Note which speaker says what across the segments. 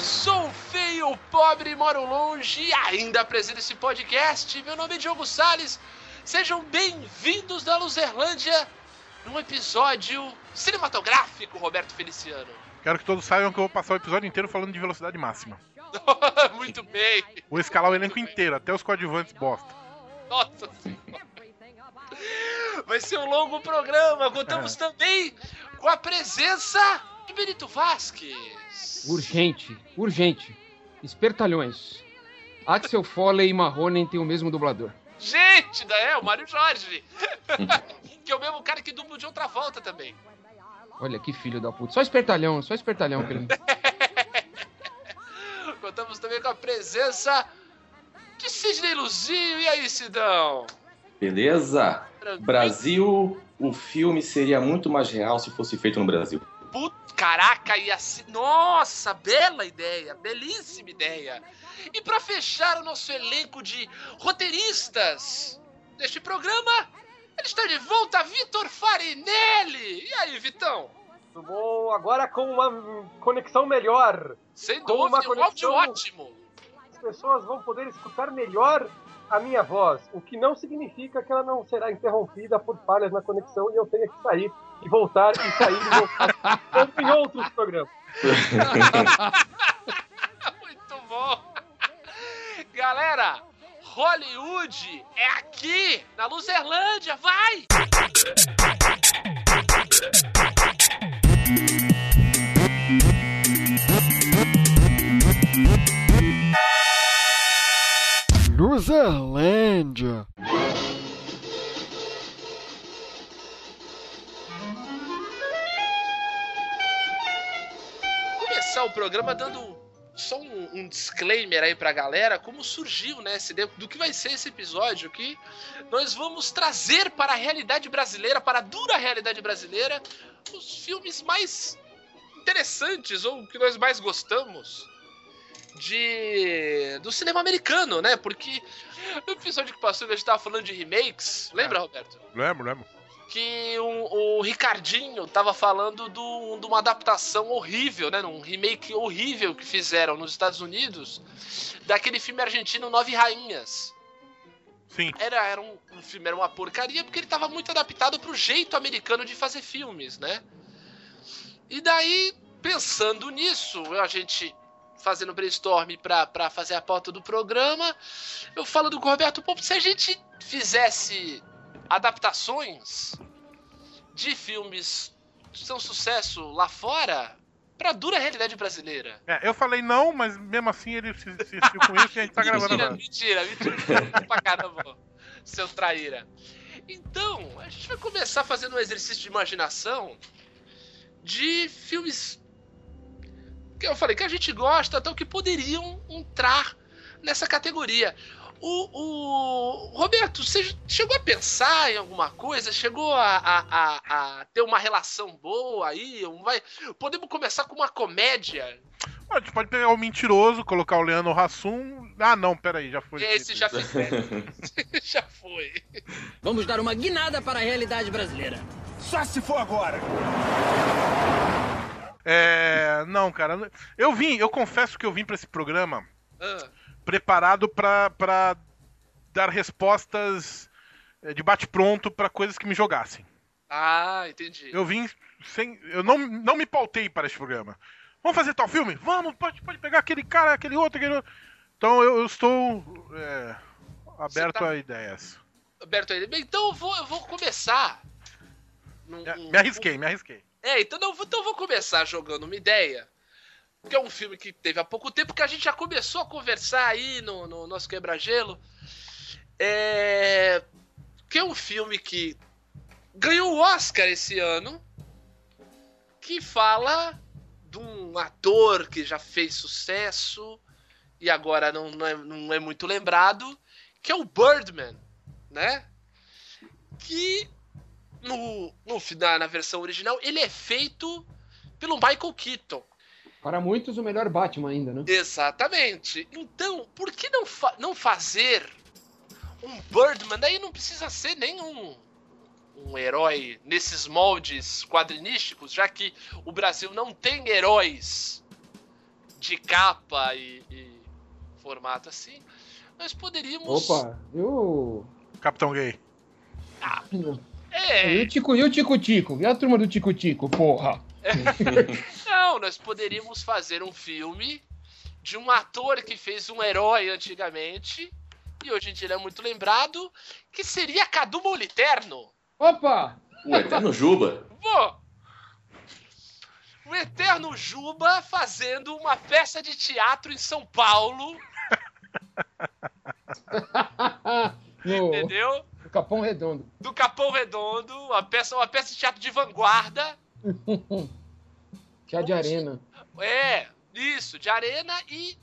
Speaker 1: sou feio, pobre, moro longe e ainda apresento esse podcast. Meu nome é Diogo Sales. Sejam bem-vindos da Luzerlândia num episódio cinematográfico, Roberto Feliciano.
Speaker 2: Quero que todos saibam que eu vou passar o episódio inteiro falando de velocidade máxima.
Speaker 1: Muito bem.
Speaker 2: Vou escalar o elenco inteiro, até os coadjuvantes bosta.
Speaker 1: Nossa senhora. Vai ser um longo programa. Contamos também com a presença de Benito Vasquez.
Speaker 3: Urgente, urgente. Espertalhões. Axel Foley e Marrone têm o mesmo dublador.
Speaker 1: Gente, da- é, o Mário Jorge. que é o mesmo cara que dubla de outra volta também.
Speaker 3: Olha que filho da puta. Só espertalhão, só espertalhão. que ele-
Speaker 1: Contamos também com a presença de Sidney Luzinho. E aí, Sidão?
Speaker 4: Beleza?
Speaker 1: Tranquilo?
Speaker 4: Brasil, o filme seria muito mais real se fosse feito no Brasil.
Speaker 1: Put- Caraca, e assim. Nossa, bela ideia, belíssima ideia. E pra fechar o nosso elenco de roteiristas deste programa, ele está de volta, Vitor Farinelli. E aí, Vitão?
Speaker 5: Vou agora com uma conexão melhor.
Speaker 1: Sem
Speaker 5: Com uma
Speaker 1: dúvida, um áudio
Speaker 5: conexão-
Speaker 1: ótimo.
Speaker 5: As pessoas vão poder escutar melhor a minha voz, o que não significa que ela não será interrompida por falhas na conexão e eu tenha que sair e voltar e sair e voltar, como em outros programas.
Speaker 1: Muito bom. Galera, Hollywood é aqui, na Luzerlândia, vai!
Speaker 6: Luzerlândia.
Speaker 1: começar o programa dando só um, um disclaimer aí pra galera, como surgiu, né, essa ideia, do que vai ser esse episódio, que nós vamos trazer para a realidade brasileira, para a dura realidade brasileira, os filmes mais interessantes, ou que nós mais gostamos, de do cinema americano, né, porque no episódio que passou a gente tava falando de remakes, lembra, Roberto?
Speaker 2: Lembro, lembro.
Speaker 1: que o, o Ricardinho tava falando do- de uma adaptação horrível, né? Um remake horrível que fizeram nos Estados Unidos daquele filme argentino Nove Rainhas.
Speaker 2: Sim.
Speaker 1: Era, era um, um filme, era uma porcaria, porque ele tava muito adaptado pro jeito americano de fazer filmes, né? E daí, pensando nisso, eu- a gente fazendo brainstorm pra, pra fazer a pauta do programa, eu falando com o Roberto Pompo, se a gente fizesse adaptações de filmes que são sucesso lá fora pra dura realidade brasileira.
Speaker 2: É, eu falei não, mas mesmo assim ele se insistiu com isso e a gente tá gravando
Speaker 1: mentira,
Speaker 2: agora.
Speaker 1: mentira, mentira, pra caramba, seu um traíra. Então, a gente vai começar fazendo um exercício de imaginação de filmes que eu falei que a gente gosta, então que poderiam entrar nessa categoria. O, o- Roberto, você chegou a pensar em alguma coisa? Chegou a, a- a- a ter uma relação boa aí? Um vai- Podemos começar com uma comédia?
Speaker 2: A gente pode pegar o mentiroso, colocar o Leandro Hassum. Ah, não, peraí, já foi.
Speaker 1: Esse já fizeram. já foi.
Speaker 7: Vamos dar uma guinada para a realidade brasileira.
Speaker 2: É, não, cara. Eu vim, eu confesso que eu vim pra esse programa
Speaker 1: Ah,
Speaker 2: preparado pra, pra dar respostas eh, de bate-pronto pra coisas que me jogassem.
Speaker 1: Ah, entendi.
Speaker 2: Eu vim sem. Eu não, não me pautei para este programa. Vamos fazer tal filme? Vamos, pode, pode pegar aquele cara, aquele outro, aquele outro. Então eu, eu estou é, aberto
Speaker 1: Você tá-
Speaker 2: a ideias.
Speaker 1: Roberto aí. Bem, então eu vou, eu vou começar. Num-
Speaker 2: Me,
Speaker 1: um-
Speaker 2: É, me arrisquei, me arrisquei.
Speaker 1: É, então eu, vou- então eu vou começar jogando uma ideia. Que é um filme que teve há pouco tempo, que a gente já começou a conversar aí no, no nosso quebra-gelo. É. Que é um filme que ganhou o Oscar esse ano. Que fala de um ator que já fez sucesso e agora não, não, é, não é muito lembrado. Que é o Birdman, né? Que no, no final, na versão original, ele é feito pelo Michael Keaton.
Speaker 3: Para muitos, o melhor Batman ainda, né?
Speaker 1: Exatamente. Então, por que não, fa- não fazer um Birdman? Daí não precisa ser nenhum um herói nesses moldes quadrinísticos, já que o Brasil não tem heróis de capa e, e formato assim, nós poderíamos.
Speaker 6: Opa, e o.
Speaker 2: Capitão Gay.
Speaker 1: É,
Speaker 6: E o Tico, e o Tico Tico? E a turma do Tico Tico, porra?
Speaker 1: Não, nós poderíamos fazer um filme de um ator que fez um herói antigamente e hoje em dia ele é muito lembrado, que seria Cadu Moliterno.
Speaker 6: Opa!
Speaker 4: O Eterno Juba.
Speaker 1: Pô! O eterno Juba fazendo uma peça de teatro em São Paulo,
Speaker 6: no,
Speaker 1: entendeu?
Speaker 6: no Capão Redondo.
Speaker 1: Do Capão Redondo, uma peça, uma peça de teatro de vanguarda.
Speaker 6: Chá de arena.
Speaker 1: É, isso, de arena e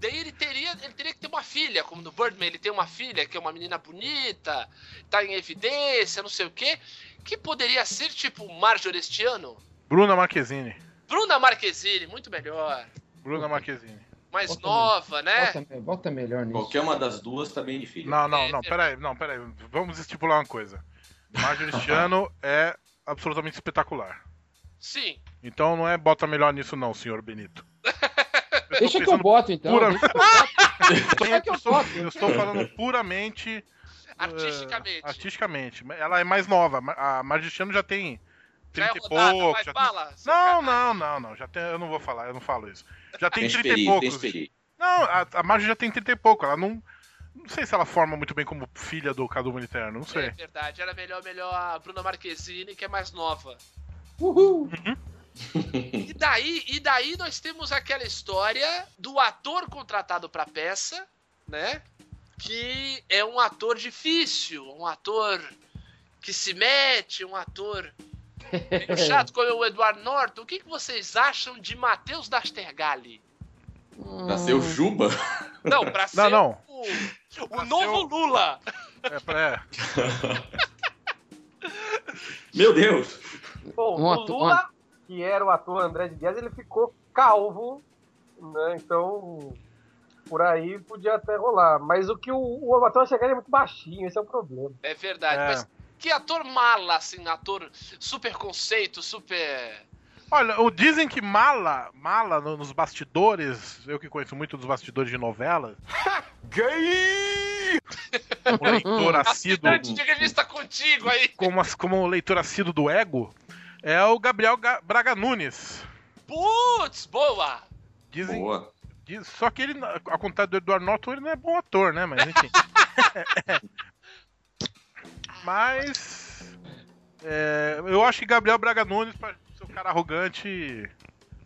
Speaker 1: daí ele teria, ele teria que ter uma filha, como no Birdman, ele tem uma filha que é uma menina bonita, tá em evidência, não sei o quê, que poderia ser tipo Marjorie este ano.
Speaker 2: Bruna Marquezine.
Speaker 1: Bruna Marquezine, muito melhor,
Speaker 2: Bruna Marquezine.
Speaker 1: mais
Speaker 6: Ótimo.
Speaker 1: nova, né?
Speaker 6: Bota, me- bota melhor nisso.
Speaker 4: Qualquer uma das duas tá bem difícil.
Speaker 2: Não, não, não, peraí, não, peraí. Vamos estipular uma coisa. Marjorie este ano é absolutamente espetacular.
Speaker 1: Sim.
Speaker 2: Então não é bota melhor nisso não, senhor Benito. Eu
Speaker 6: Deixa
Speaker 2: tô
Speaker 6: que eu
Speaker 2: pensando
Speaker 6: boto, então.
Speaker 2: pura-
Speaker 6: Deixa que eu boto. Deixa que
Speaker 2: Eu
Speaker 6: eu
Speaker 2: estou,
Speaker 6: boto.
Speaker 2: eu estou falando puramente.
Speaker 1: Artisticamente.
Speaker 2: eh, artisticamente. Ela é mais nova. A Magistiano já tem
Speaker 1: Já é
Speaker 2: 30 e
Speaker 1: rodada,
Speaker 2: poucos.
Speaker 1: vai,
Speaker 2: já tem-
Speaker 1: fala.
Speaker 2: Não, não, não, não. Já tem... Eu não vou falar, eu não falo isso. Já tem
Speaker 4: Tem
Speaker 2: 30 e
Speaker 4: experi, tem
Speaker 2: poucos.
Speaker 4: experi.
Speaker 2: Não, a, a Marge já tem 30 e pouco. Ela não. Não sei se ela forma muito bem como filha do Cadu Militerno, não
Speaker 1: É
Speaker 2: sei.
Speaker 1: verdade, era melhor, melhor a Bruna Marquezine, que é mais nova.
Speaker 6: Uhul.
Speaker 1: E daí, e daí nós temos aquela história do ator contratado pra peça, né? Que é um ator difícil, um ator que se mete, um ator meio chato como é o Eduardo Norton. O que, que vocês acham de Matheus Dastergali?
Speaker 4: Pra
Speaker 6: Ah.
Speaker 4: ser o Juba.
Speaker 1: Não, pra ser
Speaker 2: Não, não.
Speaker 1: o, o
Speaker 2: Pra ser
Speaker 1: novo
Speaker 2: o-
Speaker 1: Lula.
Speaker 2: É, pra- é.
Speaker 4: Meu Deus.
Speaker 5: Bom,
Speaker 3: Um
Speaker 5: o
Speaker 3: ato-
Speaker 5: Lula, que era o ator André de Guedes, ele ficou calvo, né? Então, por aí podia até rolar. Mas o que o, o ator chegar é muito baixinho, esse é o problema.
Speaker 1: É verdade,
Speaker 2: É.
Speaker 1: mas que ator mala, assim, ator super conceito, super.
Speaker 2: Olha, o- dizem que mala, mala no- nos bastidores, eu que conheço muito dos bastidores de novelas. Gay! Um leitor assíduo.
Speaker 1: Assinante de revista contigo aí.
Speaker 2: como, as- como leitor assíduo do Ego, é o Gabriel Ga- Braga Nunes.
Speaker 1: Putz, boa!
Speaker 2: Dizem,
Speaker 4: Boa.
Speaker 2: diz- só que ele, na- a contrário do Eduardo Norton, ele não é bom ator, né? Mas enfim. Mas. é, eu acho que Gabriel Braga Nunes, pra ser um cara arrogante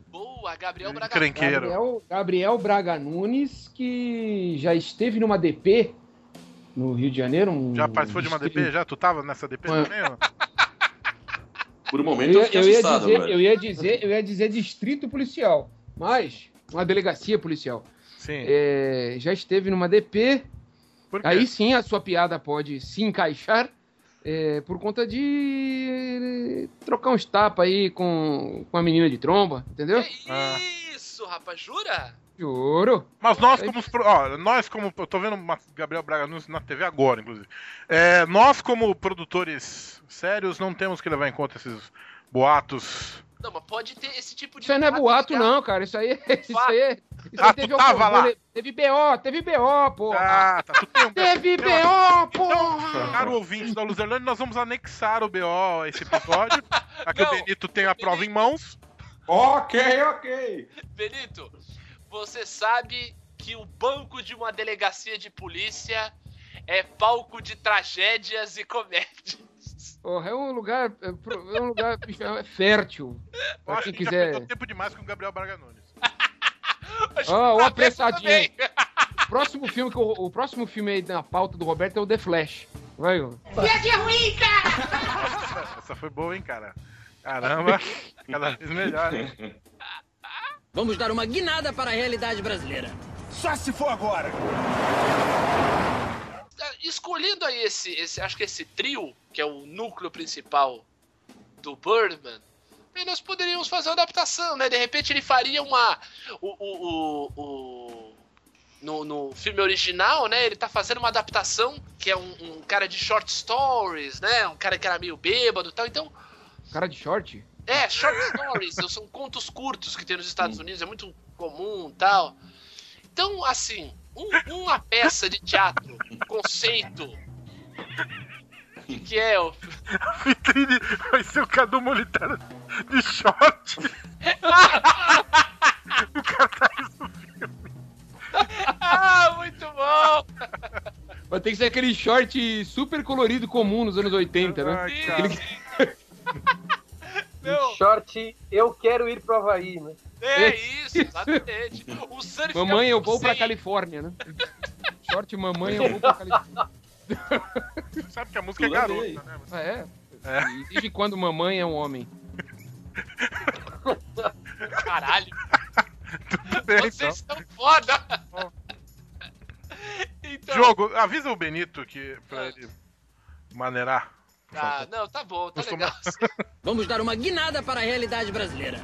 Speaker 1: Boa, Gabriel
Speaker 2: e
Speaker 1: Braga.
Speaker 2: encrenqueiro.
Speaker 6: Gabriel, Gabriel Braga Nunes, que já esteve numa DP no Rio de Janeiro. um-
Speaker 2: Já participou de uma DP? Já? Tu tava nessa DP
Speaker 6: Ué.
Speaker 2: também? ó?
Speaker 4: Por um
Speaker 6: Eu
Speaker 4: momento eu
Speaker 6: ia,
Speaker 4: fiquei
Speaker 6: eu ia
Speaker 4: assustado,
Speaker 6: dizer,
Speaker 4: velho.
Speaker 6: eu ia dizer, eu ia dizer distrito policial, mas uma delegacia policial.
Speaker 2: Sim.
Speaker 6: É, já esteve numa DP.
Speaker 2: Por quê?
Speaker 3: Aí
Speaker 6: Aí sim a sua piada pode se encaixar é, por conta de é, trocar uns tapas aí com, com a menina de tromba, entendeu?
Speaker 2: Ah.
Speaker 1: Que isso, rapaz, jura?
Speaker 6: Juro.
Speaker 2: Mas nós como
Speaker 6: é.
Speaker 2: os pro- ó, nós como eu tô vendo uma- Gabriel Braga Nunes na TV agora, inclusive. É, nós como produtores sérios não temos que levar em conta esses boatos.
Speaker 1: Não, mas pode ter esse tipo de.
Speaker 6: Isso aí não é boato,
Speaker 1: ligado?
Speaker 6: não, cara. Isso aí, é- isso aí, isso aí
Speaker 2: Ah, tu
Speaker 6: teve,
Speaker 2: tava
Speaker 6: algum-
Speaker 2: lá?
Speaker 6: teve BO, teve BO, porra.
Speaker 2: Ah, tá, tu tem um
Speaker 6: teve BO, porra.
Speaker 2: Caro ouvinte da Luzerlândia, nós vamos anexar o BO a esse episódio. Aqui
Speaker 1: Não.
Speaker 2: o Benito tem a prova em mãos.
Speaker 4: Ok, ok.
Speaker 1: Benito, você sabe que o banco de uma delegacia de polícia é palco de tragédias e comédias.
Speaker 6: Porra, é um lugar, é pro- é um lugar bicho, é fértil.
Speaker 2: Eu
Speaker 6: Pra
Speaker 2: acho
Speaker 6: quem
Speaker 2: que já
Speaker 6: quiser.
Speaker 2: perdeu tempo demais com o Gabriel Braga Nunes.
Speaker 6: Ó, o
Speaker 1: Tá
Speaker 6: apressadinho.
Speaker 1: vendo também?
Speaker 6: O próximo filme que o, o próximo filme aí na pauta do Roberto é o The Flash. Vai, ó.
Speaker 2: Essa foi boa, hein, cara. Caramba, cada vez melhor, hein?
Speaker 7: Vamos dar uma guinada para a realidade brasileira.
Speaker 1: Ah, Escolhendo aí esse, esse, acho que esse trio, que é o núcleo principal do Birdman, aí nós poderíamos fazer uma adaptação, né? De repente ele faria uma. O, o, o, o- no, no filme original, né? Ele tá fazendo uma adaptação que é um, um cara de short stories, né? Um cara que era meio bêbado e tal. Então,
Speaker 6: Cara de short?
Speaker 1: É, short stories, são contos curtos que tem nos Estados Unidos, é muito comum e tal. Então, assim, um- uma peça de teatro, conceito. Que é o.
Speaker 2: Vitrine vai ser o Cadu Molitário de short. o cara tá
Speaker 1: Ah, muito bom!
Speaker 6: Vai ter que ser aquele short super colorido comum nos anos 80, né?
Speaker 2: Ai, cara.
Speaker 1: Não,
Speaker 5: Short, eu quero ir pro Havaí, né?
Speaker 1: é isso, exatamente. O surf
Speaker 6: Mamãe,
Speaker 1: é um
Speaker 6: eu vou pra
Speaker 1: conceito.
Speaker 6: Califórnia, né? Short, mamãe, eu vou pra Califórnia.
Speaker 2: Sabe que a música é
Speaker 4: Tudo bem.
Speaker 2: garota, né?
Speaker 6: Ah, é?
Speaker 2: É.
Speaker 6: E Desde quando mamãe é um homem?
Speaker 1: Caralho.
Speaker 2: Tudo
Speaker 6: É,
Speaker 2: bem, então.
Speaker 1: Vocês são foda!
Speaker 2: Bom.
Speaker 1: Então,
Speaker 2: Diogo, avisa o Benito que pra ele maneirar. por
Speaker 1: ah,
Speaker 2: favor.
Speaker 1: não, tá bom, tá
Speaker 2: Costuma-
Speaker 1: legal.
Speaker 7: Vamos dar uma guinada para a realidade brasileira.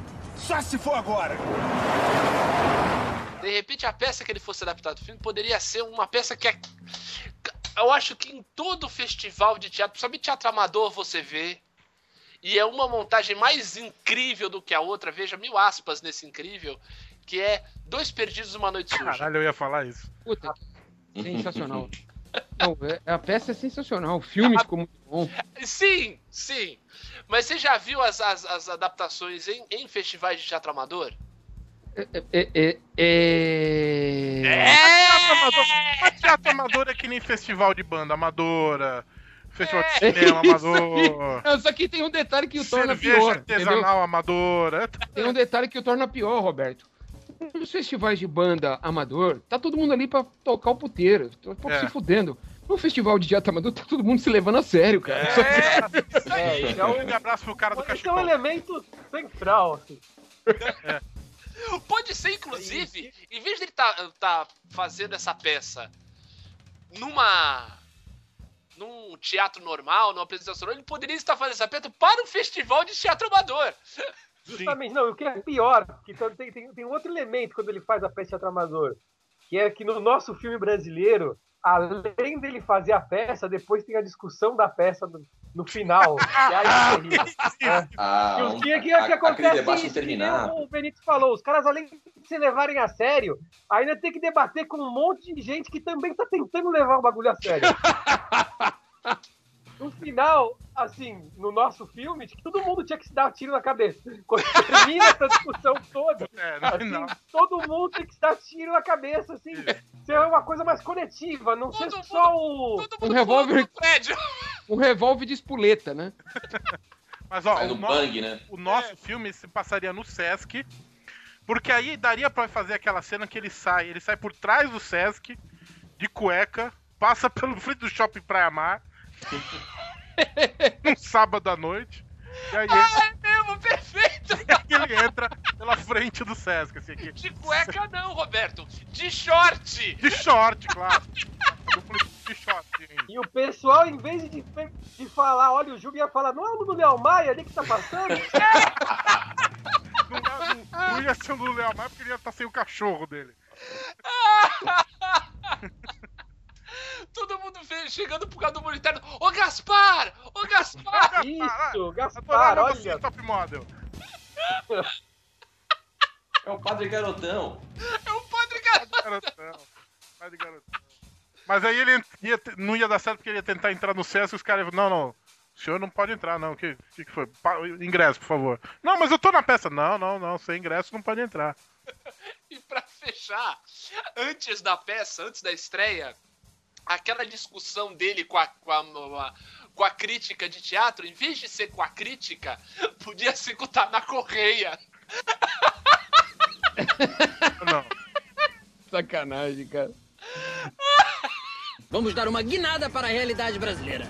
Speaker 1: De repente, a peça que ele fosse adaptar do filme poderia ser uma peça que é. Eu acho que em todo festival de teatro, principalmente teatro amador, você vê. E é uma montagem mais incrível do que a outra, veja mil aspas nesse incrível, que é Dois Perdidos Uma Noite Suja.
Speaker 2: Caralho, eu ia falar isso.
Speaker 6: Puta, que
Speaker 2: Uhum.
Speaker 6: sensacional. Não, é- a peça é sensacional, o filme ficou muito bom.
Speaker 1: Sim, sim. Mas você já viu as, as, as adaptações em, em festivais de teatro amador?
Speaker 6: É, é, é...
Speaker 2: Teatro amador, mas teatro amador é que nem festival de banda amadora, festival de
Speaker 6: É
Speaker 2: cinema
Speaker 6: isso
Speaker 2: amador,
Speaker 6: aí. Só que tem um detalhe que o torna
Speaker 2: cerveja
Speaker 6: pior.
Speaker 2: artesanal
Speaker 6: entendeu?
Speaker 2: amadora. É
Speaker 6: Tem um detalhe que o torna pior, Roberto. Nos festivais de banda amador, tá todo mundo ali pra tocar o puteiro. Tô um pouco
Speaker 2: É.
Speaker 6: se fudendo. No festival de teatro amador, tá todo mundo se levando a sério, cara. Só que
Speaker 5: É,
Speaker 2: Dá um grande abraço pro cara do
Speaker 5: Esse é um
Speaker 2: cachecol.
Speaker 5: elemento central. assim.
Speaker 1: Pode ser, inclusive, em vez dele tá, tá fazendo essa peça numa. num teatro normal, numa apresentação normal, ele poderia estar fazendo essa peça para um festival de teatro amador.
Speaker 5: Justamente, não, e o que é pior, que tam- tem, tem, tem outro elemento quando ele faz a peça de teatro amador, que é que no nosso filme brasileiro, além dele fazer a peça, depois tem a discussão da peça no, no final. E aí é terrível.
Speaker 4: Ah,
Speaker 5: E o
Speaker 4: um-
Speaker 5: que, que,
Speaker 4: a-
Speaker 5: que
Speaker 4: Aquele
Speaker 5: acontece
Speaker 4: debate
Speaker 5: isso, que nem
Speaker 4: interminável.
Speaker 5: é o Benito falou, os caras além de se levarem a sério, ainda tem que debater com um monte de gente que também tá tentando levar o bagulho a sério. No final, assim, no nosso filme, acho que todo mundo tinha que se dar um tiro na cabeça. Quando termina essa discussão toda,
Speaker 2: É, não,
Speaker 5: assim,
Speaker 2: não.
Speaker 5: todo mundo tem que se dar tiro na cabeça, assim. Isso é uma coisa mais coletiva, não ser
Speaker 1: Todo
Speaker 5: só o...
Speaker 1: Todo
Speaker 6: Um
Speaker 1: mundo
Speaker 6: revólver-
Speaker 1: pula no prédio.
Speaker 6: um revólver de espoleta, né?
Speaker 2: Mas ó,
Speaker 4: Vai
Speaker 2: o
Speaker 4: no
Speaker 2: nosso,
Speaker 4: bang, né?
Speaker 2: o nosso filme se passaria no Sesc, porque aí daria pra fazer aquela cena que ele sai, ele sai por trás do Sesc, de cueca, passa pelo frente do shopping Praia Mar, num sábado à noite, e aí
Speaker 1: Ah, é mesmo, perfeito!
Speaker 2: ele, ele entra pela frente do Sesc, assim, aqui.
Speaker 1: De cueca não, Roberto. De short!
Speaker 2: De short, claro. Eu falei, De short, gente.
Speaker 5: E o pessoal, em vez de, de falar, olha o Júlio, ia falar, não é o do Léo Maia ali que tá passando?
Speaker 2: Não ia, não ia ser o Lula mais porque ele ia estar sem o cachorro dele.
Speaker 1: Todo mundo vem chegando por causa do monitor. Ô Gaspar! Ô Gaspar!
Speaker 5: Isso, Gaspar,
Speaker 2: Adoraram
Speaker 5: olha.
Speaker 2: você, Top Model.
Speaker 4: É o padre garotão.
Speaker 1: É o padre Gaspar!
Speaker 2: Garotão. Vai de garotão. Mas aí ele ia te- não ia dar certo porque ele ia tentar entrar no César e os caras iam falar, não, não, o senhor não pode entrar, não. O que, que, que foi? Pa- ingresso, por favor. Não, mas eu tô na peça. Não, não, não, sem ingresso não pode entrar.
Speaker 1: E pra fechar, antes da peça, antes da estreia, aquela discussão dele com a, com a, com a crítica de teatro, em vez de ser com a crítica, podia ser com o Tana Correia.
Speaker 2: Não.
Speaker 6: Sacanagem, cara.
Speaker 7: Vamos dar uma guinada para a realidade brasileira.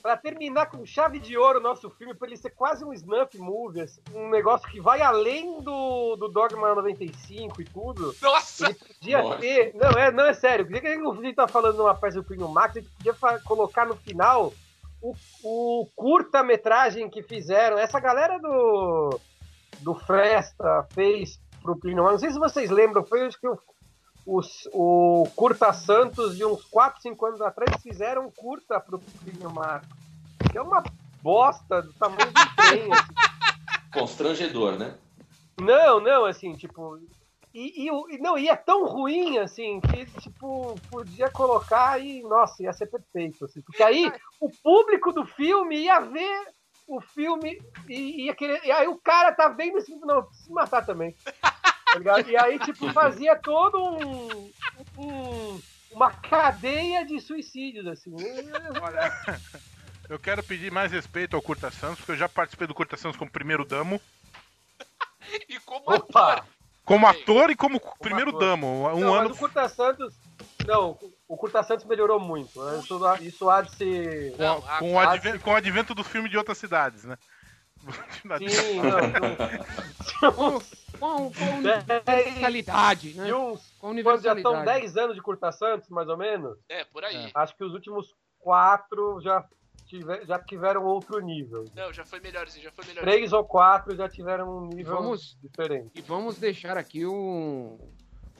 Speaker 5: Pra terminar com chave de ouro o nosso filme, pra ele ser quase um snuff movie, assim, um negócio que vai além do, do Dogma 95 e tudo.
Speaker 1: Nossa!
Speaker 5: Podia
Speaker 4: Nossa.
Speaker 5: ter. Não, é, não, é sério. Por que que o Felipe tá falando numa peça do Plínio Max? A gente podia fa- colocar no final o, o curta-metragem que fizeram. Essa galera do, do Fresta fez pro Plínio Max. Não sei se vocês lembram, foi acho que o, os- o Curta Santos de uns 4, 5 anos atrás fizeram um curta pro Plínio Max. que é uma bosta do tamanho do trem. assim.
Speaker 4: Constrangedor, né?
Speaker 5: Não, não, assim, tipo. E, e o- e não, e é tão ruim assim que, tipo, podia colocar e, nossa, ia ser perfeito. Assim, porque aí o público do filme ia ver o filme e ia querer. E aí o cara tá vendo assim, não, preciso se matar também. Tá ligado? e aí, tipo, fazia todo um. um- uma cadeia de suicídios, assim.
Speaker 2: Olha, eu quero pedir mais respeito ao Curta Santos, porque eu já participei do Curta Santos como primeiro damo.
Speaker 1: E como
Speaker 5: Opa!
Speaker 2: Como
Speaker 1: Sim.
Speaker 2: ator e como primeiro
Speaker 5: ator.
Speaker 2: damo. Um
Speaker 5: não,
Speaker 2: ano.
Speaker 5: mas o Curta Santos. Não, o Curta Santos melhorou muito. né? Isso, isso há de se.
Speaker 2: Com,
Speaker 1: Não, a-
Speaker 2: com o
Speaker 5: a-
Speaker 2: adven- com o advento do filme de outras cidades, né?
Speaker 5: Sim, não.
Speaker 6: Com, com
Speaker 5: Dez-
Speaker 6: universalidade, né?
Speaker 5: De uns.
Speaker 6: Com
Speaker 5: Quando já estão
Speaker 6: universalidade.
Speaker 5: 10 anos de Curta Santos, mais ou menos,
Speaker 1: É, por aí.
Speaker 5: acho que os últimos quatro já, tive- já tiveram outro nível.
Speaker 1: Não, já foi melhorzinho, já foi melhorzinho.
Speaker 5: Três ou quatro já tiveram um nível
Speaker 6: Vamos,
Speaker 5: diferente.
Speaker 6: e vamos deixar aqui um-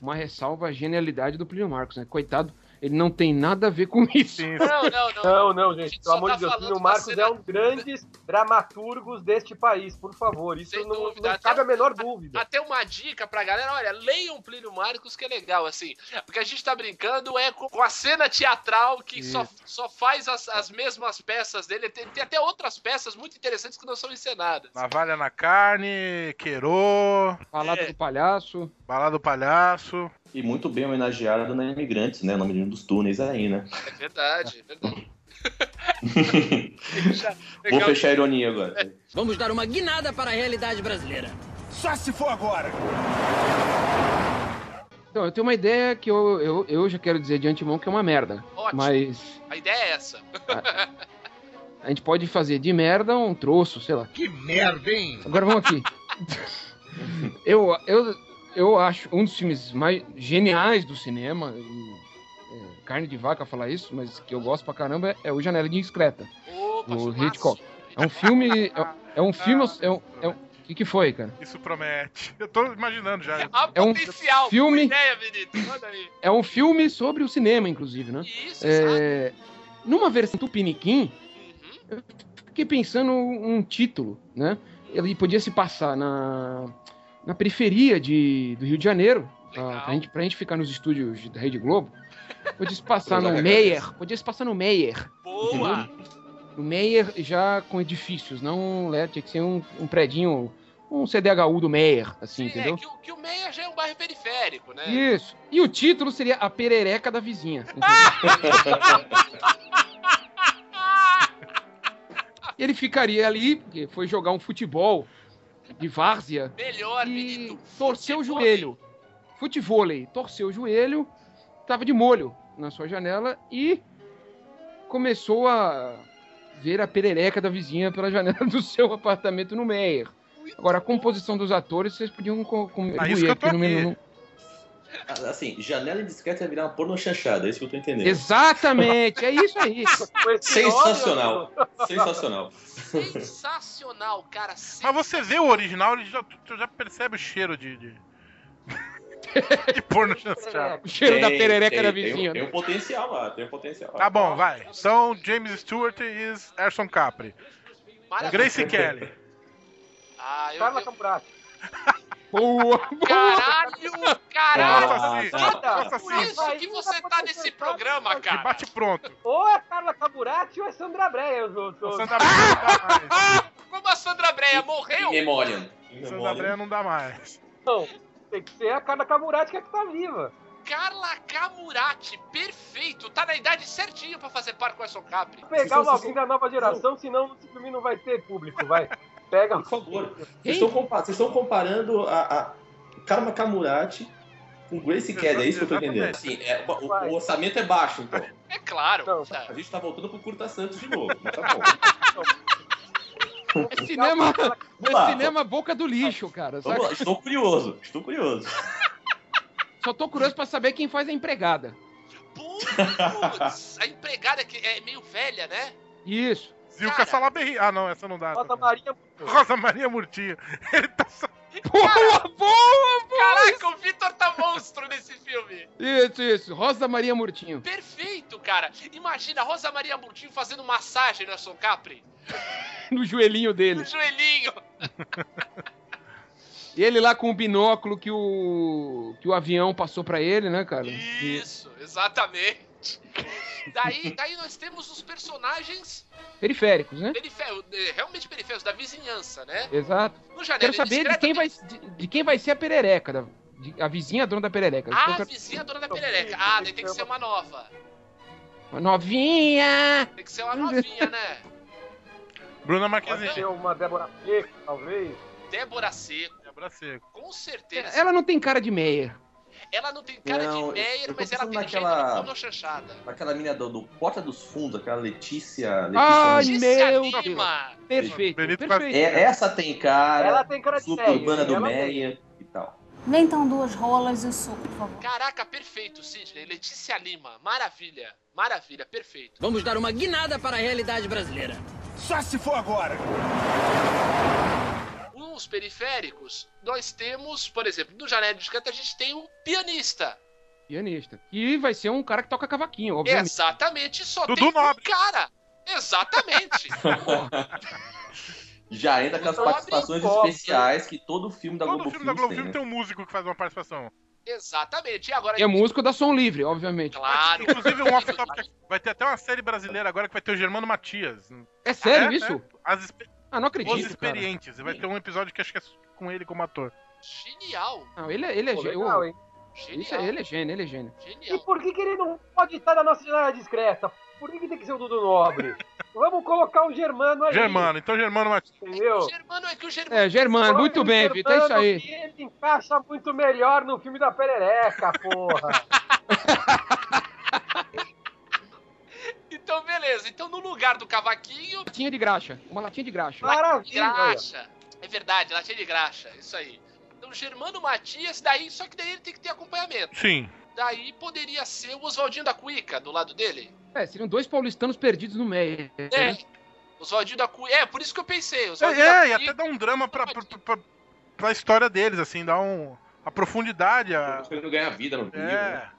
Speaker 6: uma ressalva à genialidade do Plínio Marcos, né? Coitado, ele não tem nada a ver com isso.
Speaker 2: Sim,
Speaker 1: Não, não, não.
Speaker 5: Não, não,
Speaker 1: A
Speaker 5: gente,
Speaker 1: gente
Speaker 5: pelo
Speaker 1: só
Speaker 5: amor
Speaker 1: tá
Speaker 5: de Deus.
Speaker 1: falando
Speaker 5: Plínio
Speaker 1: da
Speaker 5: Marcos
Speaker 1: cena-
Speaker 5: é um grandes dramaturgos deste país, por favor. Isso
Speaker 1: Sem
Speaker 5: não, não
Speaker 1: dúvida, até-
Speaker 5: cabe a menor dúvida.
Speaker 1: Até uma dica pra galera, olha, leiam Plínio Marcos que é legal, assim. O que a gente tá brincando é com com a cena teatral que só, só faz as, as mesmas peças dele. Tem, tem até outras peças muito interessantes que não são encenadas.
Speaker 6: Ah.
Speaker 2: Navalha na carne, Querô,
Speaker 6: Falada
Speaker 1: É.
Speaker 6: do palhaço.
Speaker 2: Balada do Palhaço.
Speaker 4: E muito bem homenageado na Imigrantes, né? O nome de um dos túneis aí, né?
Speaker 1: É verdade, é verdade.
Speaker 4: Vou
Speaker 1: Legal.
Speaker 4: fechar a ironia agora.
Speaker 7: Vamos dar uma guinada para a realidade brasileira.
Speaker 6: Então, eu tenho uma ideia que eu, eu, eu já quero dizer de antemão que é uma merda.
Speaker 1: Ótimo.
Speaker 6: Mas
Speaker 1: A ideia é essa.
Speaker 6: a gente pode fazer de merda um troço, sei lá.
Speaker 8: Que merda, hein?
Speaker 6: Agora vamos aqui. eu, eu, eu acho um dos filmes mais geniais do cinema, e, é, carne de vaca falar isso, mas que eu gosto pra caramba, é, o Janela Indiscreta.
Speaker 1: Opa,
Speaker 6: O
Speaker 1: filmaço.
Speaker 6: Hitchcock. É um filme. É, é um filme. É um, é um- que, que foi, cara?
Speaker 2: Isso promete. Eu tô imaginando já.
Speaker 1: Há
Speaker 6: É um
Speaker 1: potencial.
Speaker 6: filme-
Speaker 1: Boa ideia, Benito. Manda aí.
Speaker 6: É um filme sobre o cinema, inclusive, né?
Speaker 1: Isso, exato.
Speaker 6: É, numa versão tupiniquim,
Speaker 1: Uhum.
Speaker 6: fiquei pensando um título, né? Ele podia se passar na, na periferia de, do Rio de Janeiro, pra,
Speaker 1: Legal.
Speaker 6: pra gente, pra gente ficar nos estúdios da Rede Globo. Podia se passar
Speaker 4: Cruzar
Speaker 6: no
Speaker 4: a
Speaker 6: Meyer, podia se passar no Meyer.
Speaker 1: Boa.
Speaker 6: No Meyer já com edifícios, não, né, tinha que ser um, um predinho, um CDHU do Meyer, assim,
Speaker 1: Sim,
Speaker 6: entendeu?
Speaker 1: é que, o- que o Meia já é um bairro periférico, né?
Speaker 6: Isso. E o título seria A Perereca da Vizinha. entendeu? E ele ficaria ali, porque foi jogar um futebol de várzea
Speaker 1: Melhor,
Speaker 6: e
Speaker 1: Benito.
Speaker 6: torceu o joelho. Futevôlei, torceu o joelho, tava de molho na sua janela e começou a ver a perereca da vizinha pela janela do seu apartamento no Meyer. Agora, a composição dos atores, vocês podiam co-
Speaker 2: Ah, isso
Speaker 6: contribuir
Speaker 2: que eu
Speaker 6: aqui
Speaker 2: tô
Speaker 6: no
Speaker 2: aqui.
Speaker 6: menu.
Speaker 4: Assim, janela indiscreta vai virar uma porno chanchada, é isso que eu tô entendendo.
Speaker 6: Exatamente, é isso aí.
Speaker 5: Com esse
Speaker 4: Sensacional.
Speaker 5: ódio,
Speaker 4: Sensacional.
Speaker 1: Sensacional, cara.
Speaker 2: Mas você vê o original, ele já, tu já percebe o cheiro de. de, de porno chanceado.
Speaker 5: perereca.
Speaker 6: O cheiro da
Speaker 4: Tem-
Speaker 6: perereca
Speaker 4: tem-
Speaker 6: da
Speaker 4: tem-
Speaker 6: vizinha. né?
Speaker 4: Tem um potencial lá, tem um potencial
Speaker 2: Tá
Speaker 4: lá.
Speaker 2: bom, vai. Então, James Stewart e Erson Capri.
Speaker 1: Maravilha.
Speaker 2: Grace Kelly.
Speaker 1: Ah, eu,
Speaker 5: Carla
Speaker 1: eu...
Speaker 5: Camprati.
Speaker 6: Boa,
Speaker 1: Caralho, caralho.
Speaker 2: Nossa, sim.
Speaker 5: Nada.
Speaker 2: Nossa,
Speaker 1: Por
Speaker 2: sim.
Speaker 1: tá. isso que você tá nesse programa,
Speaker 2: De
Speaker 1: cara.
Speaker 2: assim, bate pronto.
Speaker 5: Ou é Carla Camburati ou é Sandra Breia, os outros.
Speaker 2: Sandra Breia não dá mais.
Speaker 1: Como a Sandra Breia
Speaker 4: In
Speaker 1: morreu,
Speaker 4: memoriam. In
Speaker 2: Sandra Breia
Speaker 4: memoriam.
Speaker 2: não dá mais.
Speaker 5: Não, tem que ser a Carla Camburati que é que tá viva.
Speaker 1: Carla Camurati, perfeito. Tá na idade certinho pra fazer par com Erson Capri.
Speaker 5: Pegar
Speaker 4: Vocês
Speaker 5: uma,
Speaker 4: são-
Speaker 5: alguém da nova geração, senão esse filme não vai ter público, vai. Pega
Speaker 4: Por favor. Vocês estão compa- vocês estão comparando a, a Karma Kamurati com Grace Kelly, é isso que eu tô entendendo. Assim, é, o, o orçamento é baixo, então.
Speaker 1: É claro.
Speaker 5: Não.
Speaker 1: tá.
Speaker 4: A gente tá voltando pro Curta Santos de novo, mas tá bom.
Speaker 6: É cinema,
Speaker 4: Vamos
Speaker 6: é
Speaker 4: lá.
Speaker 6: cinema boca do lixo, cara. saca?
Speaker 4: Vamos lá, estou curioso, estou curioso.
Speaker 6: Só tô curioso pra saber quem faz a empregada.
Speaker 1: Putz, a empregada que é meio velha, né?
Speaker 6: Isso.
Speaker 2: Zilka Salaberry. Ah, não, essa não dá.
Speaker 5: Rosa Maria.
Speaker 2: Rosa Maria Murtinho. Ele tá, só-
Speaker 6: Boa, boa, boa!
Speaker 1: Caraca, o Vitor tá monstro nesse filme.
Speaker 6: Isso, isso. Rosa Maria Murtinho.
Speaker 1: Perfeito, cara. Imagina a Rosa Maria Murtinho fazendo massagem na Son Capri.
Speaker 6: No joelhinho dele.
Speaker 1: No joelhinho.
Speaker 6: E ele lá com o binóculo que o, que o avião passou pra ele, né, cara?
Speaker 1: Isso, exatamente. daí, daí nós temos os personagens
Speaker 6: Periféricos, né?
Speaker 1: perife- eh, realmente periféricos da vizinhança, né?
Speaker 6: Exato.
Speaker 1: No Janela
Speaker 6: Quero saber de
Speaker 1: Indiscreta,
Speaker 6: quem vai, de, de quem vai ser a perereca, da- de- a vizinha dona da perereca. Eu
Speaker 1: Ah,
Speaker 6: quero-
Speaker 1: vizinha dona da perereca. Ah, daí tem que ser uma nova.
Speaker 6: Uma Novinha!
Speaker 1: Tem que ser uma novinha, né?
Speaker 2: Bruna
Speaker 5: Pode
Speaker 2: Marquezine.
Speaker 5: ser uma Débora Seco, talvez.
Speaker 1: Débora Seco,
Speaker 2: Quebra seco.
Speaker 1: com certeza.
Speaker 6: Ela não tem cara de meia.
Speaker 1: Ela não tem cara
Speaker 4: Não, eu-
Speaker 1: de Meyer,
Speaker 4: eu tô
Speaker 1: mas ela tem um
Speaker 4: pensando
Speaker 1: jeito de
Speaker 4: naquela-
Speaker 1: porno chanchada.
Speaker 4: Aquela mina do, do Porta dos Fundos, aquela Letícia. Letícia
Speaker 6: Ai,
Speaker 4: Lima.
Speaker 1: Letícia
Speaker 6: meu
Speaker 1: Lima.
Speaker 6: Perfeito.
Speaker 2: Benito
Speaker 6: perfeito.
Speaker 4: é, essa tem cara.
Speaker 5: Ela tem cara de
Speaker 4: suburbana
Speaker 5: Meyer,
Speaker 4: do
Speaker 5: ela tem.
Speaker 4: Meia e tal.
Speaker 8: Vem então duas rolas e o suco, por favor.
Speaker 1: Caraca, perfeito, Sidney. Letícia Lima. Maravilha. Maravilha, perfeito.
Speaker 7: Vamos dar uma guinada para a realidade brasileira.
Speaker 1: Uns periféricos, nós temos, por exemplo, no Janela Discreta a gente tem o pianista.
Speaker 6: Pianista. E vai ser um cara que toca cavaquinho, obviamente.
Speaker 1: Exatamente, só tem
Speaker 2: Dudu Nobre.
Speaker 1: um cara. Exatamente.
Speaker 4: Já entra aquelas
Speaker 1: Só abre
Speaker 4: participações
Speaker 5: o copo.
Speaker 4: especiais que todo filme da
Speaker 2: Todo
Speaker 4: Globo
Speaker 2: filme da Globo
Speaker 4: tem.
Speaker 2: Filme
Speaker 4: né?
Speaker 2: tem um músico que faz uma participação.
Speaker 1: Exatamente. E agora
Speaker 6: E é músico da Som Livre, obviamente.
Speaker 1: Claro.
Speaker 2: Inclusive, um off-top que vai ter até uma série brasileira agora que vai ter o Germano Matias.
Speaker 6: É sério
Speaker 2: É,
Speaker 6: isso?
Speaker 2: As expe-
Speaker 6: Ah, não
Speaker 2: Os
Speaker 6: acredito, cara.
Speaker 2: experientes. E Vai ter um episódio que acho que é com ele como ator.
Speaker 1: Genial.
Speaker 6: Não, ele, é- ele é
Speaker 5: Pô,
Speaker 6: gênio.
Speaker 5: legal, hein?
Speaker 1: Genial.
Speaker 6: Isso é, ele é gênio, ele é gênio.
Speaker 5: E
Speaker 1: Genial.
Speaker 5: por que, que ele não pode estar na nossa janela discreta? Por que, que tem que ser o Dudu Nobre? Vamos colocar o Germano aí.
Speaker 2: Germano, então Germano Matias.
Speaker 5: Entendeu?
Speaker 1: O Germano é que o Germano
Speaker 6: É, Germano,
Speaker 5: Coloca
Speaker 6: muito
Speaker 5: o
Speaker 6: bem,
Speaker 5: Germano,
Speaker 6: Vitor. É isso aí.
Speaker 5: que Ele encaixa muito melhor no filme da perereca, porra.
Speaker 1: Então, beleza. Então, no lugar do cavaquinho,
Speaker 6: Latinha de graxa. Uma latinha de graxa.
Speaker 5: Maravilha. olha.
Speaker 1: graxa. É verdade, ela cheia de graxa. Isso aí. Então, Germano Matias, daí, só que daí ele tem que ter acompanhamento.
Speaker 2: Sim.
Speaker 1: Daí poderia ser o Oswaldinho da Cuica do lado dele.
Speaker 6: É, seriam dois paulistanos perdidos no meio.
Speaker 1: É. Oswaldinho da Cuica. É, por isso que eu pensei.
Speaker 2: É,
Speaker 1: Oswaldinho
Speaker 2: é, e
Speaker 1: da
Speaker 2: até
Speaker 1: Cuica.
Speaker 2: dá um drama pra, pra, pra, pra história deles, assim, dá um. A profundidade. A,
Speaker 4: Os caras não ganham vida no filme. né?
Speaker 2: né? é.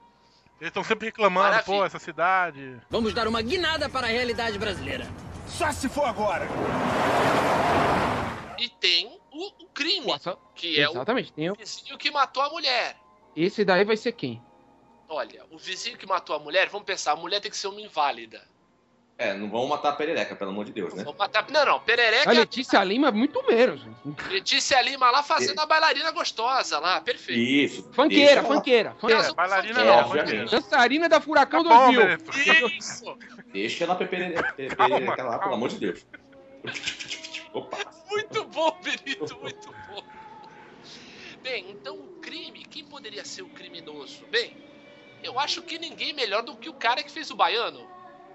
Speaker 2: Eles estão sempre reclamando,
Speaker 1: Maravilha.
Speaker 2: pô, essa cidade.
Speaker 7: Vamos dar uma guinada para a realidade brasileira.
Speaker 1: E tem o, o crime,
Speaker 6: Nossa,
Speaker 1: que é o
Speaker 6: Exatamente. Tem...
Speaker 1: vizinho que matou a mulher.
Speaker 6: Esse daí vai ser quem?
Speaker 1: Olha, o vizinho que matou a mulher, vamos pensar, a mulher tem que ser uma inválida.
Speaker 4: É, não vão matar a perereca, pelo amor de
Speaker 2: É.
Speaker 4: Deus, né?
Speaker 1: Vamos matar... Não, não, perereca
Speaker 6: A Letícia Lima, é muito menos.
Speaker 1: Letícia Lima lá
Speaker 2: É.
Speaker 1: fazendo a bailarina gostosa lá, perfeito.
Speaker 4: Isso.
Speaker 6: Fanqueira,
Speaker 4: deixa-
Speaker 6: fanqueira.
Speaker 1: Deus,
Speaker 6: fanqueira.
Speaker 1: o
Speaker 2: Bailarina
Speaker 1: que
Speaker 4: é,
Speaker 2: não,
Speaker 4: obviamente.
Speaker 6: Dançarina da Furacão
Speaker 2: Tá bom,
Speaker 6: 2000.
Speaker 2: Beto.
Speaker 1: Isso!
Speaker 4: Deixa ela pra perereca, pe-
Speaker 2: Calma,
Speaker 4: perereca lá,
Speaker 2: calma.
Speaker 4: pelo amor de Deus. Opa.
Speaker 1: Muito bom, Benito, muito bom. Bem, então o crime, quem poderia ser o criminoso? Bem, eu acho que ninguém melhor do que o cara que fez o baiano.